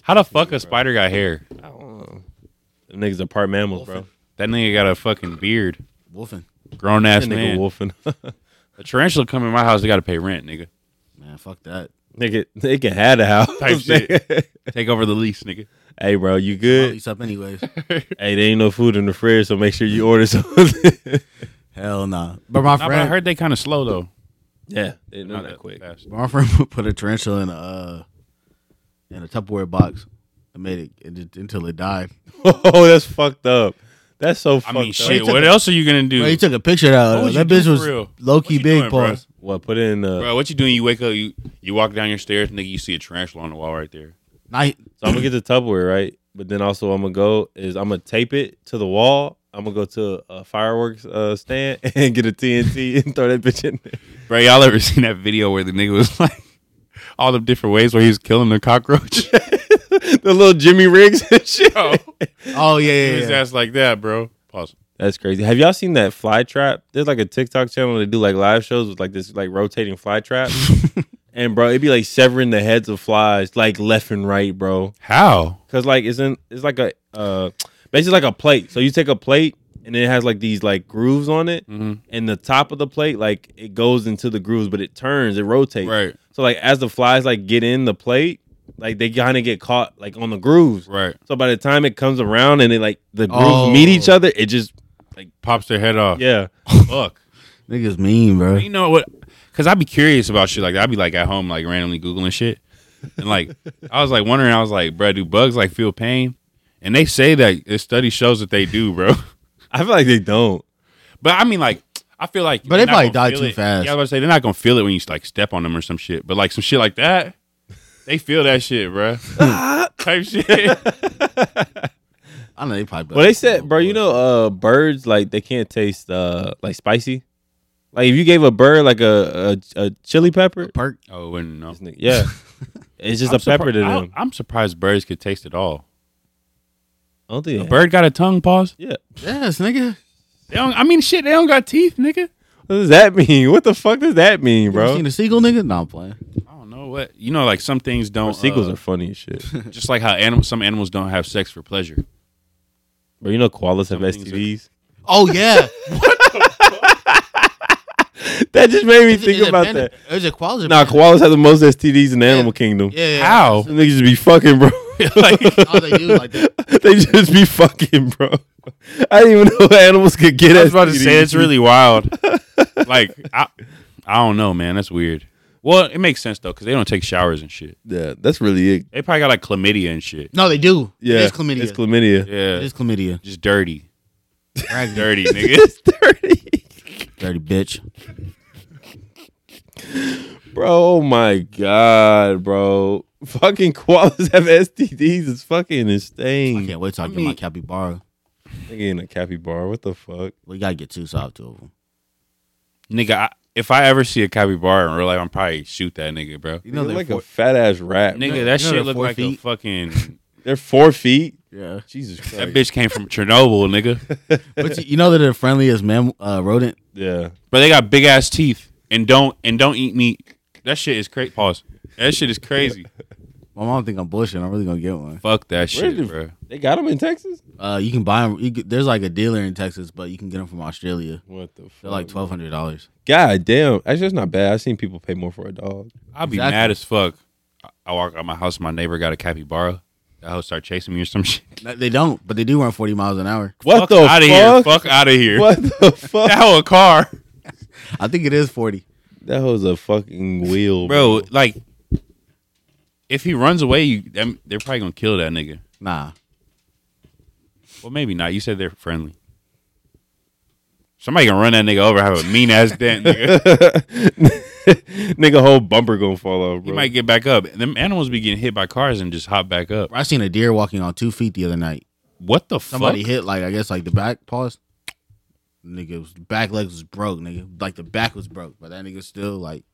S2: How the fuck a spider got hair?
S1: I don't know. Them niggas are part mammals, bro.
S2: That nigga got a fucking beard.
S3: Wolfing.
S2: Grown ass
S1: That nigga
S2: man.
S1: wolfing.
S2: A tarantula come in my house, they gotta pay rent, nigga.
S3: Man, fuck that.
S1: nigga, they can have the house.
S2: Type shit. Take over the lease, nigga.
S1: hey, bro, you
S3: I'll
S1: good?
S3: lease up anyways.
S1: hey, there ain't no food in the fridge, so make sure you order something.
S3: Hell nah. But my
S2: Nah, but
S3: friend,
S2: I heard they kind of slow though.
S1: Yeah, they know that
S2: Not
S1: quick.
S2: fast.
S3: my friend put a tarantula in a uh, in a Tupperware box. I made it, it did- until it died.
S1: Oh, that's fucked up. That's so
S2: I
S1: fucked
S2: mean,
S1: up.
S2: shit. What else are you gonna do,
S3: Bro,
S2: bro?
S3: he took a picture
S2: What
S3: though.
S2: would
S3: That
S2: you
S3: bitch
S2: do
S3: was
S2: for real?
S3: low
S2: What
S3: key
S2: you
S3: big
S2: doing, bro?
S3: pause.
S1: What put it in the?
S2: What you doing? You wake up, you you walk down your stairs, nigga. You see a tarantula on the wall right there.
S3: Night.
S1: So I'm gonna get the Tupperware right, but then also I'm gonna go is I'm gonna tape it to the wall. I'm gonna go to a fireworks uh, stand and get a TNT and throw that bitch in there.
S2: Bro, y'all ever seen that video where the nigga was like all the different ways where he was killing the cockroach?
S1: the little Jimmy Riggs and shit.
S2: bro,
S3: Oh yeah,
S2: he
S3: yeah,
S2: was
S3: yeah.
S2: ass like that, bro. Pause.
S1: That's crazy. Have y'all seen that fly trap? There's like a TikTok channel that do like live shows with like this like rotating fly trap. and bro, it'd be like severing the heads of flies like left and right, bro.
S2: How?
S1: Cause like it's in it's like a uh basically like a plate. So you take a plate and it has like these like grooves on it,
S2: Mhm.
S1: and the top of the plate like it goes into the grooves, but it turns, it rotates.
S2: Right,
S1: So like as the flies like get in the plate, like they kind of get caught like on the grooves.
S2: right.
S1: So by the time it comes around and it like the grooves
S3: Oh.
S1: meet each other, it just
S2: Pops their head off.
S1: yeah.
S2: Fuck.
S3: Niggas mean, bro.
S2: You know what? Because I'd be curious about shit like that. I'd be like at home, like randomly googling shit, and like I was like wondering. I was like, bro, do bugs like feel pain? And they say that the study shows that they do, bro.
S1: I feel like they don't.
S2: But I mean, like, I feel like,
S3: But
S2: they're
S3: they probably
S2: not gonna
S3: die
S2: feel
S3: too
S2: it.
S3: fast.
S2: Yeah, I was about to say they're not gonna feel it when you like step on them or some shit. But like some shit like that, they feel that shit, bro. Type shit.
S3: I know they probably.
S1: Well, they said, bro, you know, uh, birds like they can't taste uh like spicy. Like if you gave a bird like a a, a chili pepper,
S3: perk.
S2: oh, wouldn't know.
S1: This nigga- Yeah. It's just
S2: I'm
S1: a pepper
S2: surpri-
S1: to them. I
S2: I-
S1: don't,
S2: I'm surprised birds could taste it all.
S1: think
S2: A
S1: it-
S2: bird got a tongue, pause.
S3: Yes, nigga.
S2: They don't. I mean, shit, they don't got teeth, nigga.
S1: What does that mean? What the fuck does that mean,
S3: Bro,
S1: bro?
S3: seen a seagull, nigga? Nah, I'm playing.
S2: I don't know what you know. Like some things don't.
S1: Bro, seagulls
S2: uh,
S1: are funny as shit.
S2: just like how animals. Some animals don't have sex for pleasure.
S1: Bro, you know koalas have
S2: Some things are-
S1: STDs.
S3: Oh yeah,
S1: that just made me
S3: Is it- is
S1: think
S3: it
S1: about
S3: panda-
S1: that.
S3: Is it koalas? or
S1: Nah,
S3: panda?
S1: koalas have the most STDs in the animal kingdom.
S3: yeah, yeah.
S2: How?
S1: Them niggas just be fucking, bro.
S2: like,
S3: Oh, they do like that.
S1: they just be fucking, bro. I didn't even know animals could get.
S2: I was about to say it's really wild. like I, I don't know, man. That's weird. Well, it makes sense though, because they don't take showers and shit.
S1: Yeah, that's really it.
S2: They probably got like chlamydia and shit.
S3: No, they do.
S1: Yeah,
S3: it's chlamydia.
S1: It's chlamydia.
S2: Yeah,
S3: It is chlamydia.
S2: just dirty, dirty
S3: Raggedy,
S2: nigga.
S3: dirty bitch.
S1: Bro, oh my god, bro. Fucking koalas have STDs. It's fucking
S3: I
S1: insane.
S3: can't wait till I get my capybara.
S1: Nigga in a capybara. What the fuck?
S3: We gotta get two soft two of them.
S2: nigga, I, if I ever see a capybara in real life, I'm probably shoot that nigga, bro.
S1: You
S3: know they're
S1: like
S3: four-
S1: a fat ass
S2: Nigga,
S1: rat.
S2: that
S3: you know they're
S2: shit look
S3: four
S2: like
S3: feet.
S2: a fucking.
S1: They're four feet.
S3: Yeah,
S1: Jesus Christ.
S2: That bitch came from Chernobyl, nigga.
S3: but you, you know they're the friendliest mam uh, rodent.
S1: Yeah.
S2: But they got big ass teeth and don't and don't eat meat. That shit is crazy. Pause. That shit is crazy.
S3: My mom think I'm bullshit. I'm really gonna get one.
S2: Fuck that
S1: Where
S2: shit,
S1: the-
S2: bro.
S1: They got them in Texas?
S3: Uh, you can buy them. You can, there's like a dealer in Texas, but you can get them from Australia.
S1: What the fuck?
S3: They're like twelve hundred dollars.
S1: God damn. Actually, that's not bad. I've seen people pay more for a dog.
S2: I'll be
S3: Exactly.
S2: mad as fuck. I- I walk out my house, my neighbor got a capybara. That hoe start chasing me or some shit.
S3: They don't, but they do run forty miles an hour.
S1: What the
S2: out of here?
S1: fuck?
S2: Fuck out of here.
S1: What the fuck?
S2: That hoe a car,
S3: I think it is forty.
S1: That was a fucking wheel,
S2: bro. Like, if he runs away, you, them, they're probably gonna kill that nigga.
S3: Nah,
S2: Well, maybe not. You said they're friendly. Somebody gonna run that nigga over, have a mean ass dent. Nigga.
S1: Nigga, whole bumper gonna fall off,
S2: He
S1: bro.
S2: might get back up. Them animals be getting hit by cars and just hop back up.
S3: I seen a deer walking on two feet the other night.
S2: What the
S3: Somebody
S2: fuck?
S3: hit like I guess like the back paws. Nigga, was, back legs was broke. Nigga, like the back was broke, but that nigga still like.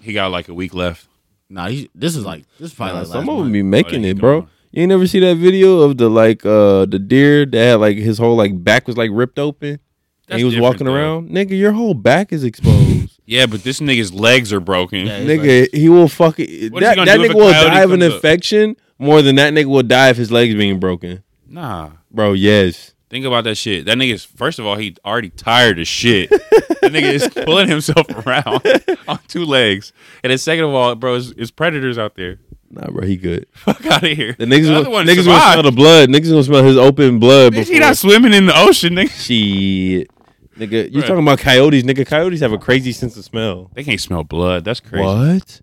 S2: He got like a week left.
S3: Nah, he, this is like this is probably
S1: Nah,
S3: like
S1: some
S3: last
S1: of them
S3: month.
S1: be making
S2: Oh,
S1: it,
S2: come
S1: bro.
S2: on.
S1: You ain't never see that video of the like uh the deer that had like his whole like back was like ripped open and
S2: That's
S1: he was
S2: different,
S1: walking
S2: though.
S1: around. Nigga, your whole back is exposed.
S2: Yeah, but this nigga's legs are broken.
S3: Yeah, it's like-
S1: nigga, he will fucking
S2: What is he
S1: that,
S2: gonna
S1: that
S2: do if
S1: nigga
S2: a
S1: will
S2: coyote
S1: die of an
S2: comes up?
S1: infection more than that nigga will die if his legs being broken.
S2: Nah.
S1: Bro, yes.
S2: Think about that shit. That nigga's first of all, he already tired as shit. that nigga is pulling himself around on two legs. And then second of all, bro, it's, it's predators out there.
S1: Nah, bro, he good.
S2: Fuck out of here.
S1: The niggas
S2: the
S1: gonna,
S2: other one
S1: niggas gonna smell
S2: survived.
S1: the blood. Niggas gonna smell his open blood
S2: Bitch,
S1: before
S2: he not swimming in the ocean, nigga.
S1: shit. Nigga, you
S2: Bruh.
S1: talking about coyotes, nigga. Coyotes have a crazy sense of smell.
S2: They can't smell blood. That's crazy.
S1: What?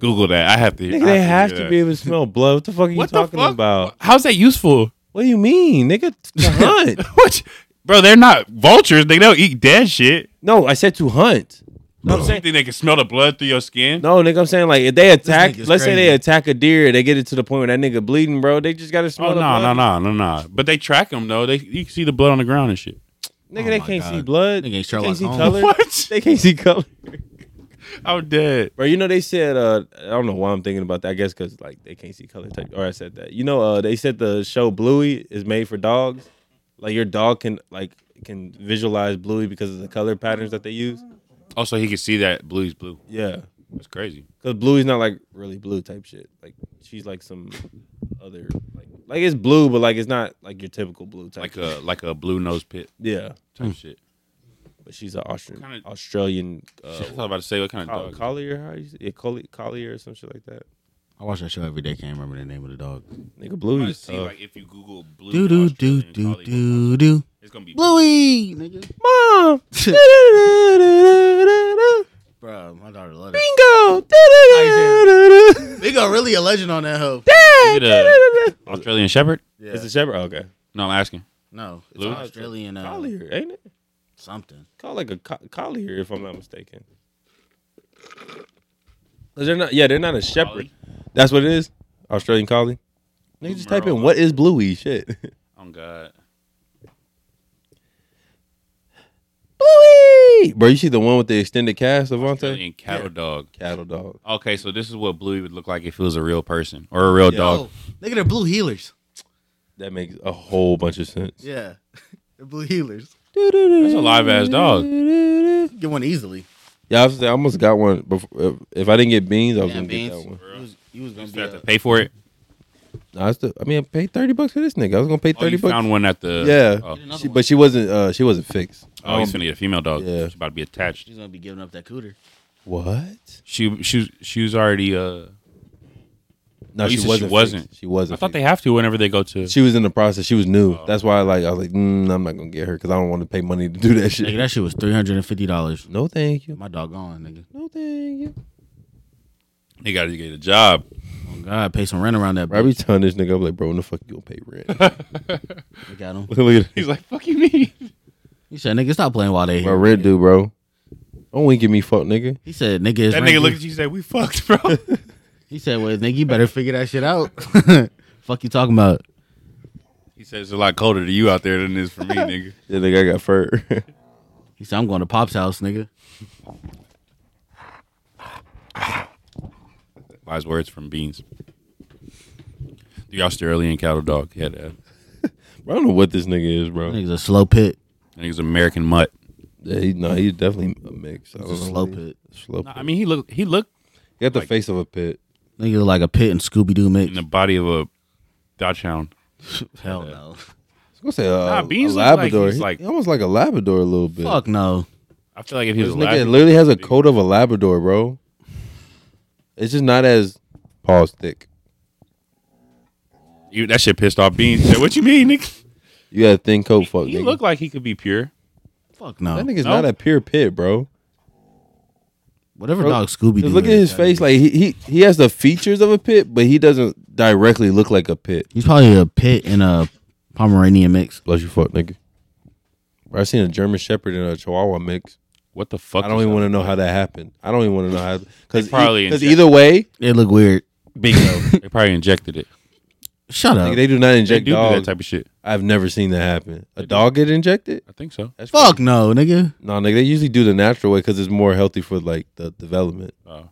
S2: Google that. I have to.
S1: Nigga, they
S2: I
S1: have
S2: hear
S1: to
S2: that.
S1: be able to smell blood. What the fuck are you
S2: What the
S1: talking
S2: fuck?
S1: about?
S2: How's that useful?
S1: What do you mean, nigga? To hunt?
S2: what? Bro, they're not vultures. They don't eat dead shit.
S1: no, I said to hunt. No, I'm
S2: You
S1: saying,
S2: think they can smell the blood through your skin?
S1: no, nigga. I'm saying like if they attack,
S3: nigga's
S1: let's say they
S3: crazy.
S1: attack a deer, they get it to the point where that nigga bleeding, bro. They just gotta smell.
S2: Oh
S1: the
S2: no, no,
S1: blood.
S2: no, no, no. But they track them though. They you can see the blood on the ground and shit.
S1: Nigga,
S3: Oh
S1: they
S3: my
S1: can't
S3: God.
S1: see blood.
S3: Nigga ain't
S1: they
S3: Sherlock
S1: can't see
S3: Holmes.
S1: color.
S2: What?
S1: They can't see color.
S2: I'm dead.
S1: Bro, you know they said uh I don't know why I'm thinking about that. I guess because like they can't see color. Type, or I said that. You know uh they said the show Bluey is made for dogs. Like your dog can like can visualize Bluey because of the color patterns that they use.
S2: Also, Oh, he could see that blue's blue.
S1: Yeah,
S2: That's crazy.
S1: because Bluey's not like really blue type shit. Like she's like some other like like it's blue, but like it's not like your typical blue type.
S2: Like
S1: shit.
S2: a like a blue nose pit
S1: yeah,
S2: type shit.
S1: but she's an Austrian
S2: Kinda-
S1: Australian uh,
S2: Shit, I was about to say what kind of
S1: coll-
S2: dog.
S1: collier. How you say? Yeah, colli- collier or some shit like that.
S3: I watch that show every day. Can't remember the name of the dog.
S1: Nigga, Bluey's
S2: See,
S1: tough.
S2: like if you Google blue,
S3: Do do do
S2: Australian
S3: do
S2: collie,
S3: do do.
S2: It's gonna be
S3: Bluey, nigga.
S1: Mom.
S3: Bro, my daughter loves it.
S1: Bingo!
S3: They got really a legend on that hoe.
S2: Is it a Australian Shepherd?
S3: Yeah.
S1: It's a shepherd. Oh, Okay.
S2: No, I'm asking.
S3: no, it's
S2: Bluey?
S3: an Australian uh,
S1: Collier, ain't it?
S3: something.
S1: Called like a co- collier, if I'm not mistaken. Cause they're not. Yeah, they're not a shepherd.
S2: Collie?
S1: That's what it is. Australian collie. Nigga, just type in
S2: Merle.
S1: what is bluey shit.
S2: Oh God.
S1: bluey, bro. You see the one with the extended cast, Avante?
S2: Australian cattle dog.
S1: Cattle dog.
S2: Okay, so this is what Bluey would look like if it was a real person or a real dog.
S3: Oh, nigga, they're blue healers.
S1: That makes a whole bunch of sense.
S3: Yeah, they're blue healers.
S1: That's
S2: That's a live ass dog.
S3: Get one easily.
S1: Yeah, I, was, I almost got one. Before, if, if I didn't get beans, I was gonna get that one.
S3: You was, you was gonna
S2: You have
S3: be
S2: to
S3: a,
S2: pay for it.
S1: No, I, still, I mean, I paid thirty bucks for this nigga. I was gonna pay
S2: Oh,
S1: thirty
S2: you
S1: bucks.
S2: found one at the
S1: Yeah.
S2: Oh,
S3: another
S1: She,
S3: one.
S1: but she wasn't. Uh, she wasn't fixed. Um,
S2: oh he's gonna get a female dog.
S1: yeah.
S2: She's about to be attached.
S3: she's gonna be giving up that cooter.
S1: What?
S2: She she was- she was already uh Oh,
S1: No,
S2: you
S1: she
S2: said she
S1: wasn't. fixed.
S2: wasn't.
S1: She
S2: I
S1: wasn't.
S2: thought they
S1: fixed.
S2: have to whenever they go to.
S1: She was in the process. She was new.
S2: Oh.
S1: That's why, like, I was like, mm, I'm not gonna get her because I don't want to pay money to do that
S3: Nigga,
S1: shit.
S3: that shit was three hundred and fifty dollars.
S1: No, thank you.
S3: My dog gone, nigga.
S1: No, thank you.
S2: They got to get a job.
S3: Oh God, pay some rent around that.
S1: Every
S3: Bitch.
S1: time this nigga, I'm like, bro, when the fuck you gonna pay rent?
S3: Look at him.
S1: Look at
S2: He's like, "Fuck you, me."
S3: He said, "Nigga, stop playing while they
S1: my
S3: here."
S1: rent due, bro. Don't wink at me, fuck nigga.
S3: He said, "Nigga, it's
S2: That
S3: rent
S2: nigga
S3: due."
S2: looked at you and said, "We fucked, bro."
S3: He said, "Well, nigga, you better figure that shit out." Fuck you talking about?
S2: he says it's a lot colder to you out there than it is for me, nigga.
S1: That nigga, I got fur.
S3: He said, "I'm going to Pop's house, nigga."
S2: Wise words from Beans. The Australian cattle dog. Yeah, that.
S1: bro, I don't know what this nigga is, bro.
S3: Nigga's a slow pit.
S2: That nigga's American mutt.
S1: Yeah, he, no, he's definitely a mix. I
S2: Oh,
S1: don't
S3: It's a
S1: know.
S3: slow pit.
S1: Slow pit.
S2: I mean, he looked. He looked
S1: he got the face of a pit.
S3: Nigga look like a pit and Scooby Doo mix.
S2: in the body of a dachshund.
S3: Hell no.
S1: I was gonna say uh,
S2: Nah,
S1: a
S2: Beans looks like
S1: Labrador.
S2: he's
S1: He-
S2: like-
S1: he almost like a Labrador a little bit.
S3: Fuck no.
S2: I feel like if he was
S1: This
S2: a
S1: nigga
S2: lab,
S1: literally has a coat of a Labrador, bro. It's just not as paws thick.
S2: you- that shit pissed off Beans. He said, "What you mean, nigga?"
S1: You got a thin coat, fuck
S2: He
S1: Oh, nigga.
S2: looked like he could be pure.
S3: Fuck no.
S1: that nigga's
S2: No.
S1: not a pure pit, bro.
S3: Whatever
S1: Bro,
S3: dog Scooby Doo.
S1: Just look at his face. Like he, he he has the features of a pit, but he doesn't directly look like a pit.
S3: He's probably a pit and a Pomeranian mix.
S1: Bless you, fuck nigga. Bro, I seen a German Shepherd and a Chihuahua mix.
S2: What the fuck?
S1: I don't
S2: is
S1: even
S2: that?
S1: want to know how that happened. I don't even want to know how because
S2: They probably
S1: because
S2: inject-
S1: either way,
S3: They look weird.
S1: bingo.
S2: They probably injected it.
S3: Shut up.
S1: Like, they do not
S2: They
S1: inject
S2: do, do that
S1: dogs.
S2: type of shit.
S1: I've never seen that happen. A
S2: do.
S1: dog get injected?
S2: I think so.
S1: That's
S3: Fuck no, nigga.
S1: No, nigga, they usually do the natural way because it's more healthy for like the development.
S2: Oh.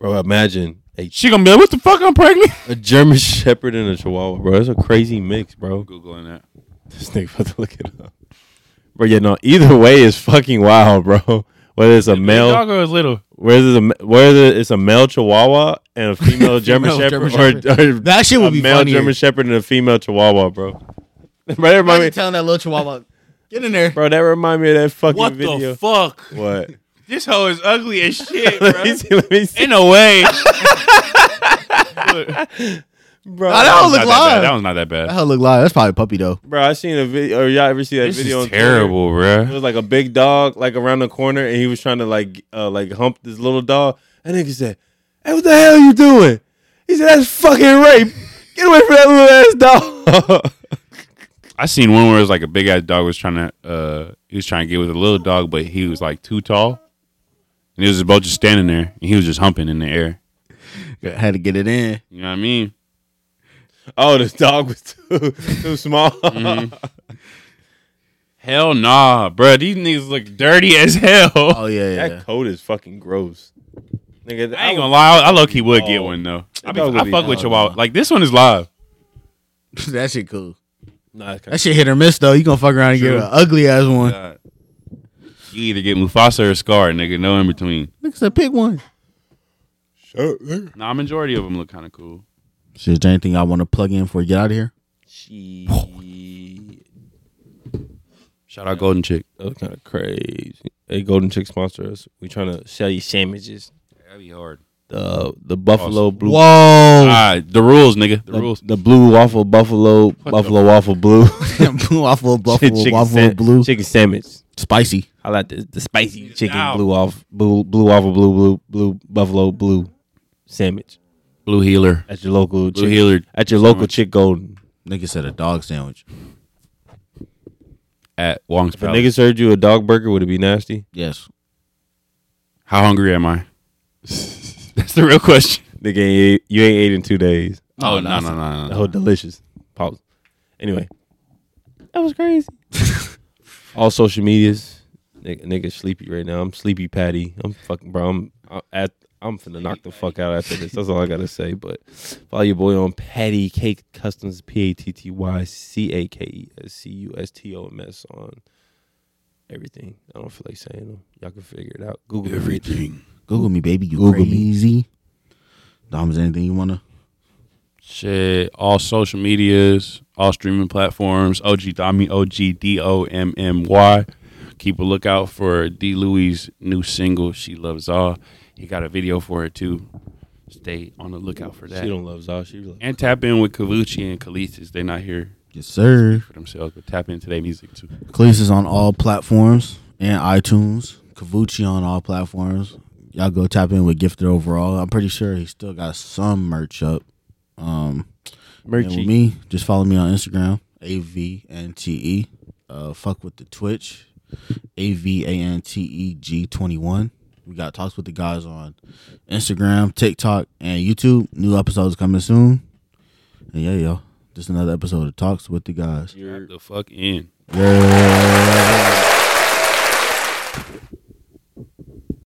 S1: Bro, imagine a,
S2: She gonna be like, "What the fuck? I'm pregnant."
S1: a German Shepherd and a Chihuahua, bro. That's a crazy mix, bro.
S2: Googling that.
S1: This nigga about to look it up. Bro, yeah, no. Either way is fucking wild, bro. Whether it's a male,
S2: dog was little.
S1: whether it's a whether it's a male Chihuahua and a female German
S3: Female German
S1: Shepherd, or, or
S3: That shit
S1: a
S3: would be
S1: male
S3: funnier.
S1: German Shepherd and a female Chihuahua, bro. bro, that remind me,
S3: telling that little Chihuahua, get in there.
S1: bro, that remind me of that fucking
S2: What
S1: video.
S2: the fuck?
S1: what?
S2: This hoe is ugly as shit,
S1: let
S2: bro.
S1: me see, let me see,
S2: Ain't no way.
S1: bro.
S3: I don't look
S2: Not that bad. That
S3: live.
S2: was not that
S3: That
S2: bad.
S3: hell look live. That's probably a puppy though.
S1: Bro, I seen a video. Or y'all ever see that
S2: This
S1: video?
S2: is
S1: on Twitter?
S2: terrible,
S1: It
S2: bro.
S1: was like a big dog, like around the corner, and he was trying to like, uh, like hump this little dog. And nigga said, "Hey, what the hell you doing?" He said, "That's fucking rape. Get away from that little ass dog."
S2: I seen one where it was like a big ass dog was trying to, uh, he was trying to get with a little dog, but he was like too tall, and he was both just standing there, and he was just humping in the air.
S3: Had to get it in.
S2: You know what I mean?
S1: oh, this dog was too too small. Mm-hmm.
S2: Hell nah, bro. These niggas look dirty as hell.
S3: Oh yeah, yeah.
S1: That
S3: yeah.
S1: coat is fucking gross. Nigga,
S2: I ain't gonna lie, I low key would get one though. I, be,
S1: dog would
S2: I
S1: be
S2: fuck with
S1: hard,
S2: Chihuahua. Like this one is live.
S3: that shit cool.
S1: Nah, it's
S3: That shit hit or miss though. You gonna fuck around and
S2: True.
S3: get an ugly ass one.
S2: You either get Mufasa or Scar, nigga. No in between.
S3: Look, it's a pig one.
S1: kinda-
S2: Nah, majority of them look kind of cool.
S3: Shit, is there anything I want to plug in before we get out of here?
S1: She-
S2: Shout out Golden Chick.
S1: that was kind of crazy. Hey, Golden Chick sponsor us. We trying to sell you sandwiches.
S2: That'd be hard.
S1: The the Buffalo Blue
S3: Whoa.
S2: Ah, the rules, nigga. The
S1: the,
S2: rules.
S1: the blue waffle buffalo buffalo waffle blue
S3: blue waffle, buffalo, waffle,
S1: san-
S3: blue,
S1: chicken sandwich.
S3: spicy.
S1: I like the, the spicy chicken
S2: Ow.
S1: blue off blue blue waffle blue blue blue buffalo blue sandwich
S2: Blue healer.
S1: at your local
S2: Blue
S1: chick,
S2: healer
S1: at your local chick golden.
S3: Nigga said a dog sandwich.
S2: at Wong's
S1: If a
S2: Palace.
S1: nigga served you a dog burger, would it be nasty?
S3: Yes.
S2: How hungry am I? That's the real question.
S1: Nigga, you ain't- you ain't ate in two days.
S2: Oh, no, no, no, no,
S1: That
S2: no.
S1: whole delicious. Pause. Anyway, that was crazy. All social medias. Nigga, nigga, sleepy right now. I'm sleepy, Patty. I'm fucking bro. I'm I- at. I'm finna knock the fuck out after this. That's all I gotta say. But follow your boy on Patty Cake Customs. P A T T Y C A K E S C U S T O M S on everything. I don't feel like saying them. Y'all can figure it out. Google everything.
S3: Google me, baby. You
S1: Google me.
S3: crazy. Dom, is anything you want to?
S2: Shit. All social medias, all streaming platforms. OG, I mean, OG, D O M M Y. Keep a lookout for D. Louie's new single, She Loves All. He got a video for it, too. Stay on the lookout for
S1: She
S2: that.
S1: don't love Zaw. She love.
S2: And tap in with Kavuchi and Khalees. They're not here
S3: Yes, sir.
S2: for themselves, but tap into their music too.
S3: Cleese is on all platforms and iTunes. Kavuchi on all platforms. Y'all go tap in with Gifted Overall. I'm pretty sure he still got some merch up. Um, and with
S1: Merchie.
S3: me, just follow me on Instagram, A V N T E. Uh, fuck with the Twitch, A V A N T E G twenty one. We got talks with the guys on Instagram, TikTok, and YouTube. New episodes coming soon. And yeah, yo, just another episode of Talks with the Guys.
S2: Tap the fuck in.
S3: Yeah.